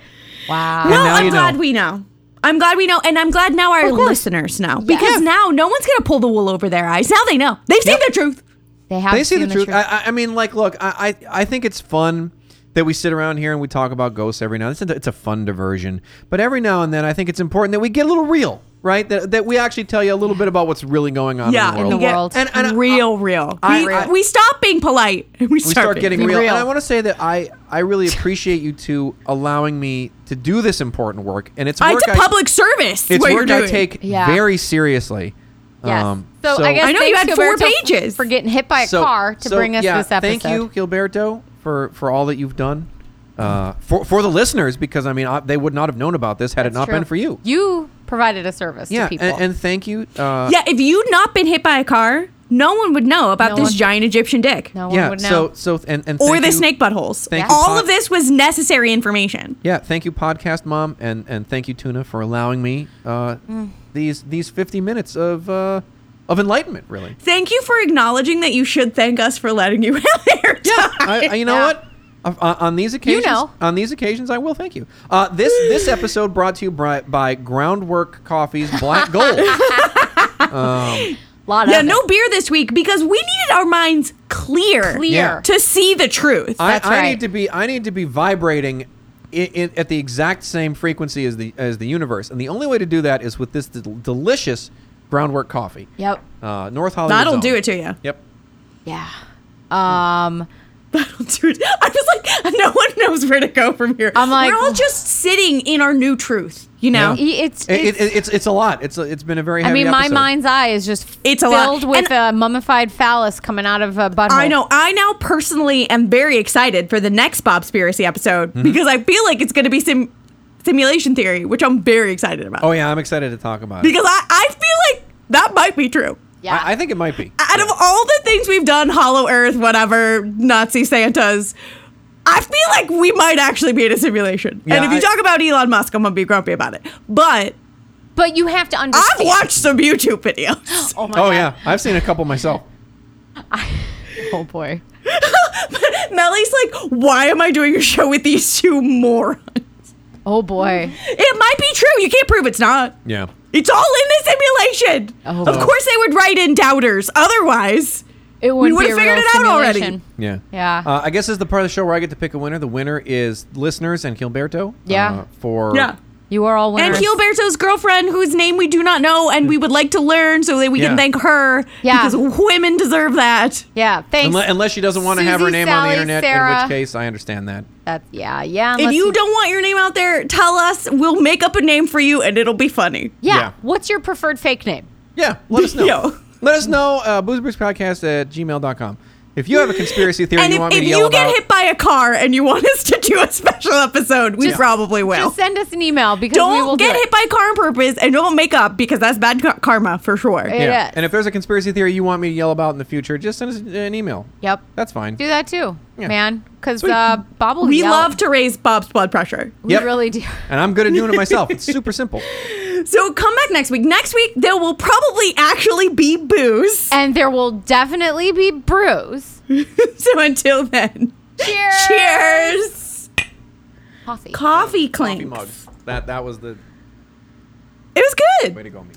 Speaker 4: Wow.
Speaker 2: Well,
Speaker 3: now
Speaker 2: I'm
Speaker 3: you know.
Speaker 2: glad we know. I'm glad we know, and I'm glad now our
Speaker 4: course.
Speaker 2: listeners know because now no one's gonna pull the wool over their eyes. Now they know. They've seen the truth.
Speaker 4: They have
Speaker 3: they see the
Speaker 4: seen
Speaker 3: truth. I I, I mean, like, look, I, I I think it's fun that we sit around here and we talk about ghosts every now. and then. It's a, it's a fun diversion, but every now and then, I think it's important that we get a little real, right? That that we actually tell you a little bit about what's really going on
Speaker 2: yeah,
Speaker 3: in the world.
Speaker 2: we get
Speaker 4: world.
Speaker 3: And- and I-
Speaker 2: real, real.
Speaker 3: I-
Speaker 2: uh, we,
Speaker 3: I-
Speaker 2: we stop being polite. and We start,
Speaker 3: we start
Speaker 2: being-
Speaker 3: getting
Speaker 4: Be
Speaker 3: real.
Speaker 4: real.
Speaker 3: And I want to say that I I really appreciate you two allowing me to do this important work, and it's
Speaker 2: Uh,
Speaker 3: work
Speaker 2: It's a
Speaker 3: I-
Speaker 2: public service.
Speaker 3: it's
Speaker 2: what you're
Speaker 3: work I
Speaker 2: doing.
Speaker 3: take
Speaker 4: Yeah.
Speaker 3: very seriously.
Speaker 4: Yes.
Speaker 3: Um,
Speaker 4: so, I guess
Speaker 2: I know you
Speaker 4: thanks,
Speaker 2: had four
Speaker 4: Gilberto,
Speaker 2: pages.
Speaker 4: for getting hit by a car to
Speaker 3: so,
Speaker 4: bring us
Speaker 3: yeah,
Speaker 4: this episode.
Speaker 3: Thank you, Gilberto, for for all that you've done uh, for for the listeners because I mean I, they would not have known about this had it
Speaker 4: It's
Speaker 3: not
Speaker 4: true.
Speaker 3: been for you.
Speaker 4: You provided a service
Speaker 3: yeah,
Speaker 4: to people.
Speaker 3: and, and thank you. Uh,
Speaker 2: Yeah, if you'd not been hit by a car, no one would know about
Speaker 4: No
Speaker 2: this
Speaker 4: one-
Speaker 2: giant Egyptian dick.
Speaker 4: no one
Speaker 3: yeah.
Speaker 4: would know.
Speaker 3: So so and and
Speaker 2: Or
Speaker 3: thank
Speaker 2: the
Speaker 3: you-
Speaker 2: snake buttholes.
Speaker 3: Thank
Speaker 4: you,
Speaker 2: All
Speaker 3: Pod-
Speaker 2: of this was necessary information.
Speaker 3: Yeah, thank you, podcast mom, and and thank you, Tuna, for allowing me uh,
Speaker 4: Mm.
Speaker 3: these these fifty minutes of uh, of enlightenment. Really.
Speaker 2: Thank you for acknowledging that you should thank us for letting you out there.
Speaker 3: Yeah, I, I- you know
Speaker 4: Yeah.
Speaker 3: what? On- On, on these occasions,
Speaker 4: know.
Speaker 3: on these occasions, I will thank you. Uh, this this episode brought to you by, by Groundwork Coffee's Black Gold.
Speaker 4: lot
Speaker 2: Yeah,
Speaker 4: of
Speaker 2: no
Speaker 4: it.
Speaker 2: beer this week because we needed our minds clear,
Speaker 4: Clear.
Speaker 3: Yeah.
Speaker 2: to see the truth.
Speaker 3: I,
Speaker 4: That's
Speaker 3: I
Speaker 4: right.
Speaker 3: need to be I need to be vibrating i i at the exact same frequency as the as the universe, and the only way to do that is with this del- delicious Groundwork Coffee.
Speaker 4: Yep.
Speaker 3: Uh, North Hollywood.
Speaker 2: That'll
Speaker 3: Zone.
Speaker 2: do it to you.
Speaker 3: Yep.
Speaker 4: Yeah. Um.
Speaker 2: That'll do it. I was like, no one knows where to go from here.
Speaker 4: I'm like-
Speaker 2: we're all just sitting in our new truth. You know,
Speaker 4: Yeah. E- it's-
Speaker 3: It- it-
Speaker 4: it's-
Speaker 3: it's it's a lot. It's a, it's been a very.
Speaker 4: I
Speaker 3: heavy
Speaker 4: mean, my
Speaker 3: episode.
Speaker 4: mind's eye is just
Speaker 2: It's a lot.
Speaker 4: filled with a mummified phallus coming out of a butthole.
Speaker 2: I know. I now personally am very excited for the next Bobspiracy episode
Speaker 3: Mm-hmm.
Speaker 2: because I feel like it's going to be sim- simulation theory, which I'm very excited about.
Speaker 3: Oh yeah, I'm excited to talk about it.
Speaker 2: Because I, I feel like that might be true.
Speaker 4: Yeah. Oh,
Speaker 3: I, I think it might be.
Speaker 2: Out of all the things we've done, Hollow Earth, whatever, Nazi Santas, I feel like we might actually be in a simulation. and
Speaker 3: Yeah,
Speaker 2: if you
Speaker 3: I-
Speaker 2: talk about Elon Musk, I'm going to be grumpy about it. But
Speaker 4: But you have to understand.
Speaker 2: I've watched some YouTube videos.
Speaker 4: Oh my
Speaker 3: Oh
Speaker 4: God.
Speaker 3: yeah, I've seen a couple myself.
Speaker 4: Oh boy.
Speaker 2: Melly's like, why am I doing a show with these two morons?
Speaker 4: Oh boy.
Speaker 2: It might be true. You can't prove it's not.
Speaker 3: Yeah.
Speaker 2: It's all in the simulation.
Speaker 4: Oh.
Speaker 2: Of course, they would write in doubters. Otherwise,
Speaker 4: It wouldn't
Speaker 2: would've
Speaker 4: be a
Speaker 2: figured
Speaker 4: real
Speaker 2: it out already.
Speaker 4: simulation.
Speaker 3: Yeah.
Speaker 4: Yeah.
Speaker 3: Uh, I guess this is the part of the show where I get to pick a winner. The winner is listeners and Gilberto.
Speaker 4: Yeah.
Speaker 3: Uh, for
Speaker 2: yeah.
Speaker 4: You are all
Speaker 2: And
Speaker 4: winners.
Speaker 2: Gilberto's girlfriend, whose name we do not know and we would like to learn so that we
Speaker 3: Yeah.
Speaker 2: can thank her.
Speaker 4: Yeah.
Speaker 2: Because women deserve that.
Speaker 4: Yeah. Thanks.
Speaker 3: Unless, unless she doesn't want to have her
Speaker 4: Susie,
Speaker 3: name on
Speaker 4: Sally,
Speaker 3: the internet, in
Speaker 4: Sarah.
Speaker 3: which case I understand that.
Speaker 4: That's yeah. Yeah.
Speaker 2: If
Speaker 4: unless
Speaker 2: you don't want your name out there, tell us. We'll make up a name for you and it'll be funny.
Speaker 4: Yeah.
Speaker 3: Yeah.
Speaker 4: What's your preferred fake name?
Speaker 3: Yeah, let us know.
Speaker 2: Yo.
Speaker 3: Let us know, uh, boozebreakspodcast at gmail.com. If you have a conspiracy theory
Speaker 2: And
Speaker 3: you
Speaker 2: if,
Speaker 3: want me
Speaker 2: if
Speaker 3: to yell
Speaker 2: you get
Speaker 3: about,
Speaker 2: hit by a car and you want us to do a special episode, we probably will.
Speaker 4: Just send us an email because we will
Speaker 2: don't
Speaker 4: do
Speaker 2: get
Speaker 4: it.
Speaker 2: hit by a car on purpose and don't make up because that's bad ka- karma for sure.
Speaker 4: Yeah.
Speaker 3: yeah.
Speaker 4: Yes.
Speaker 3: and if there's a conspiracy theory you want me to yell about in the future, just send us an email.
Speaker 4: Yep.
Speaker 3: That's fine.
Speaker 4: Do that too,
Speaker 3: Yeah.
Speaker 4: man. Because
Speaker 3: Sweet.
Speaker 4: uh, Bob will
Speaker 2: We
Speaker 4: yell.
Speaker 2: love to raise Bob's blood pressure.
Speaker 4: We
Speaker 3: Yep.
Speaker 4: really do.
Speaker 3: And I'm good at doing it myself. It's super simple.
Speaker 2: So come back next week. Next week, there will probably actually be booze.
Speaker 4: And there will definitely be brews.
Speaker 2: So until then,
Speaker 4: Cheers.
Speaker 2: cheers.
Speaker 4: Coffee.
Speaker 2: Coffee clink.
Speaker 3: Coffee mugs. That, that was the
Speaker 2: It was good.
Speaker 3: way to go, me.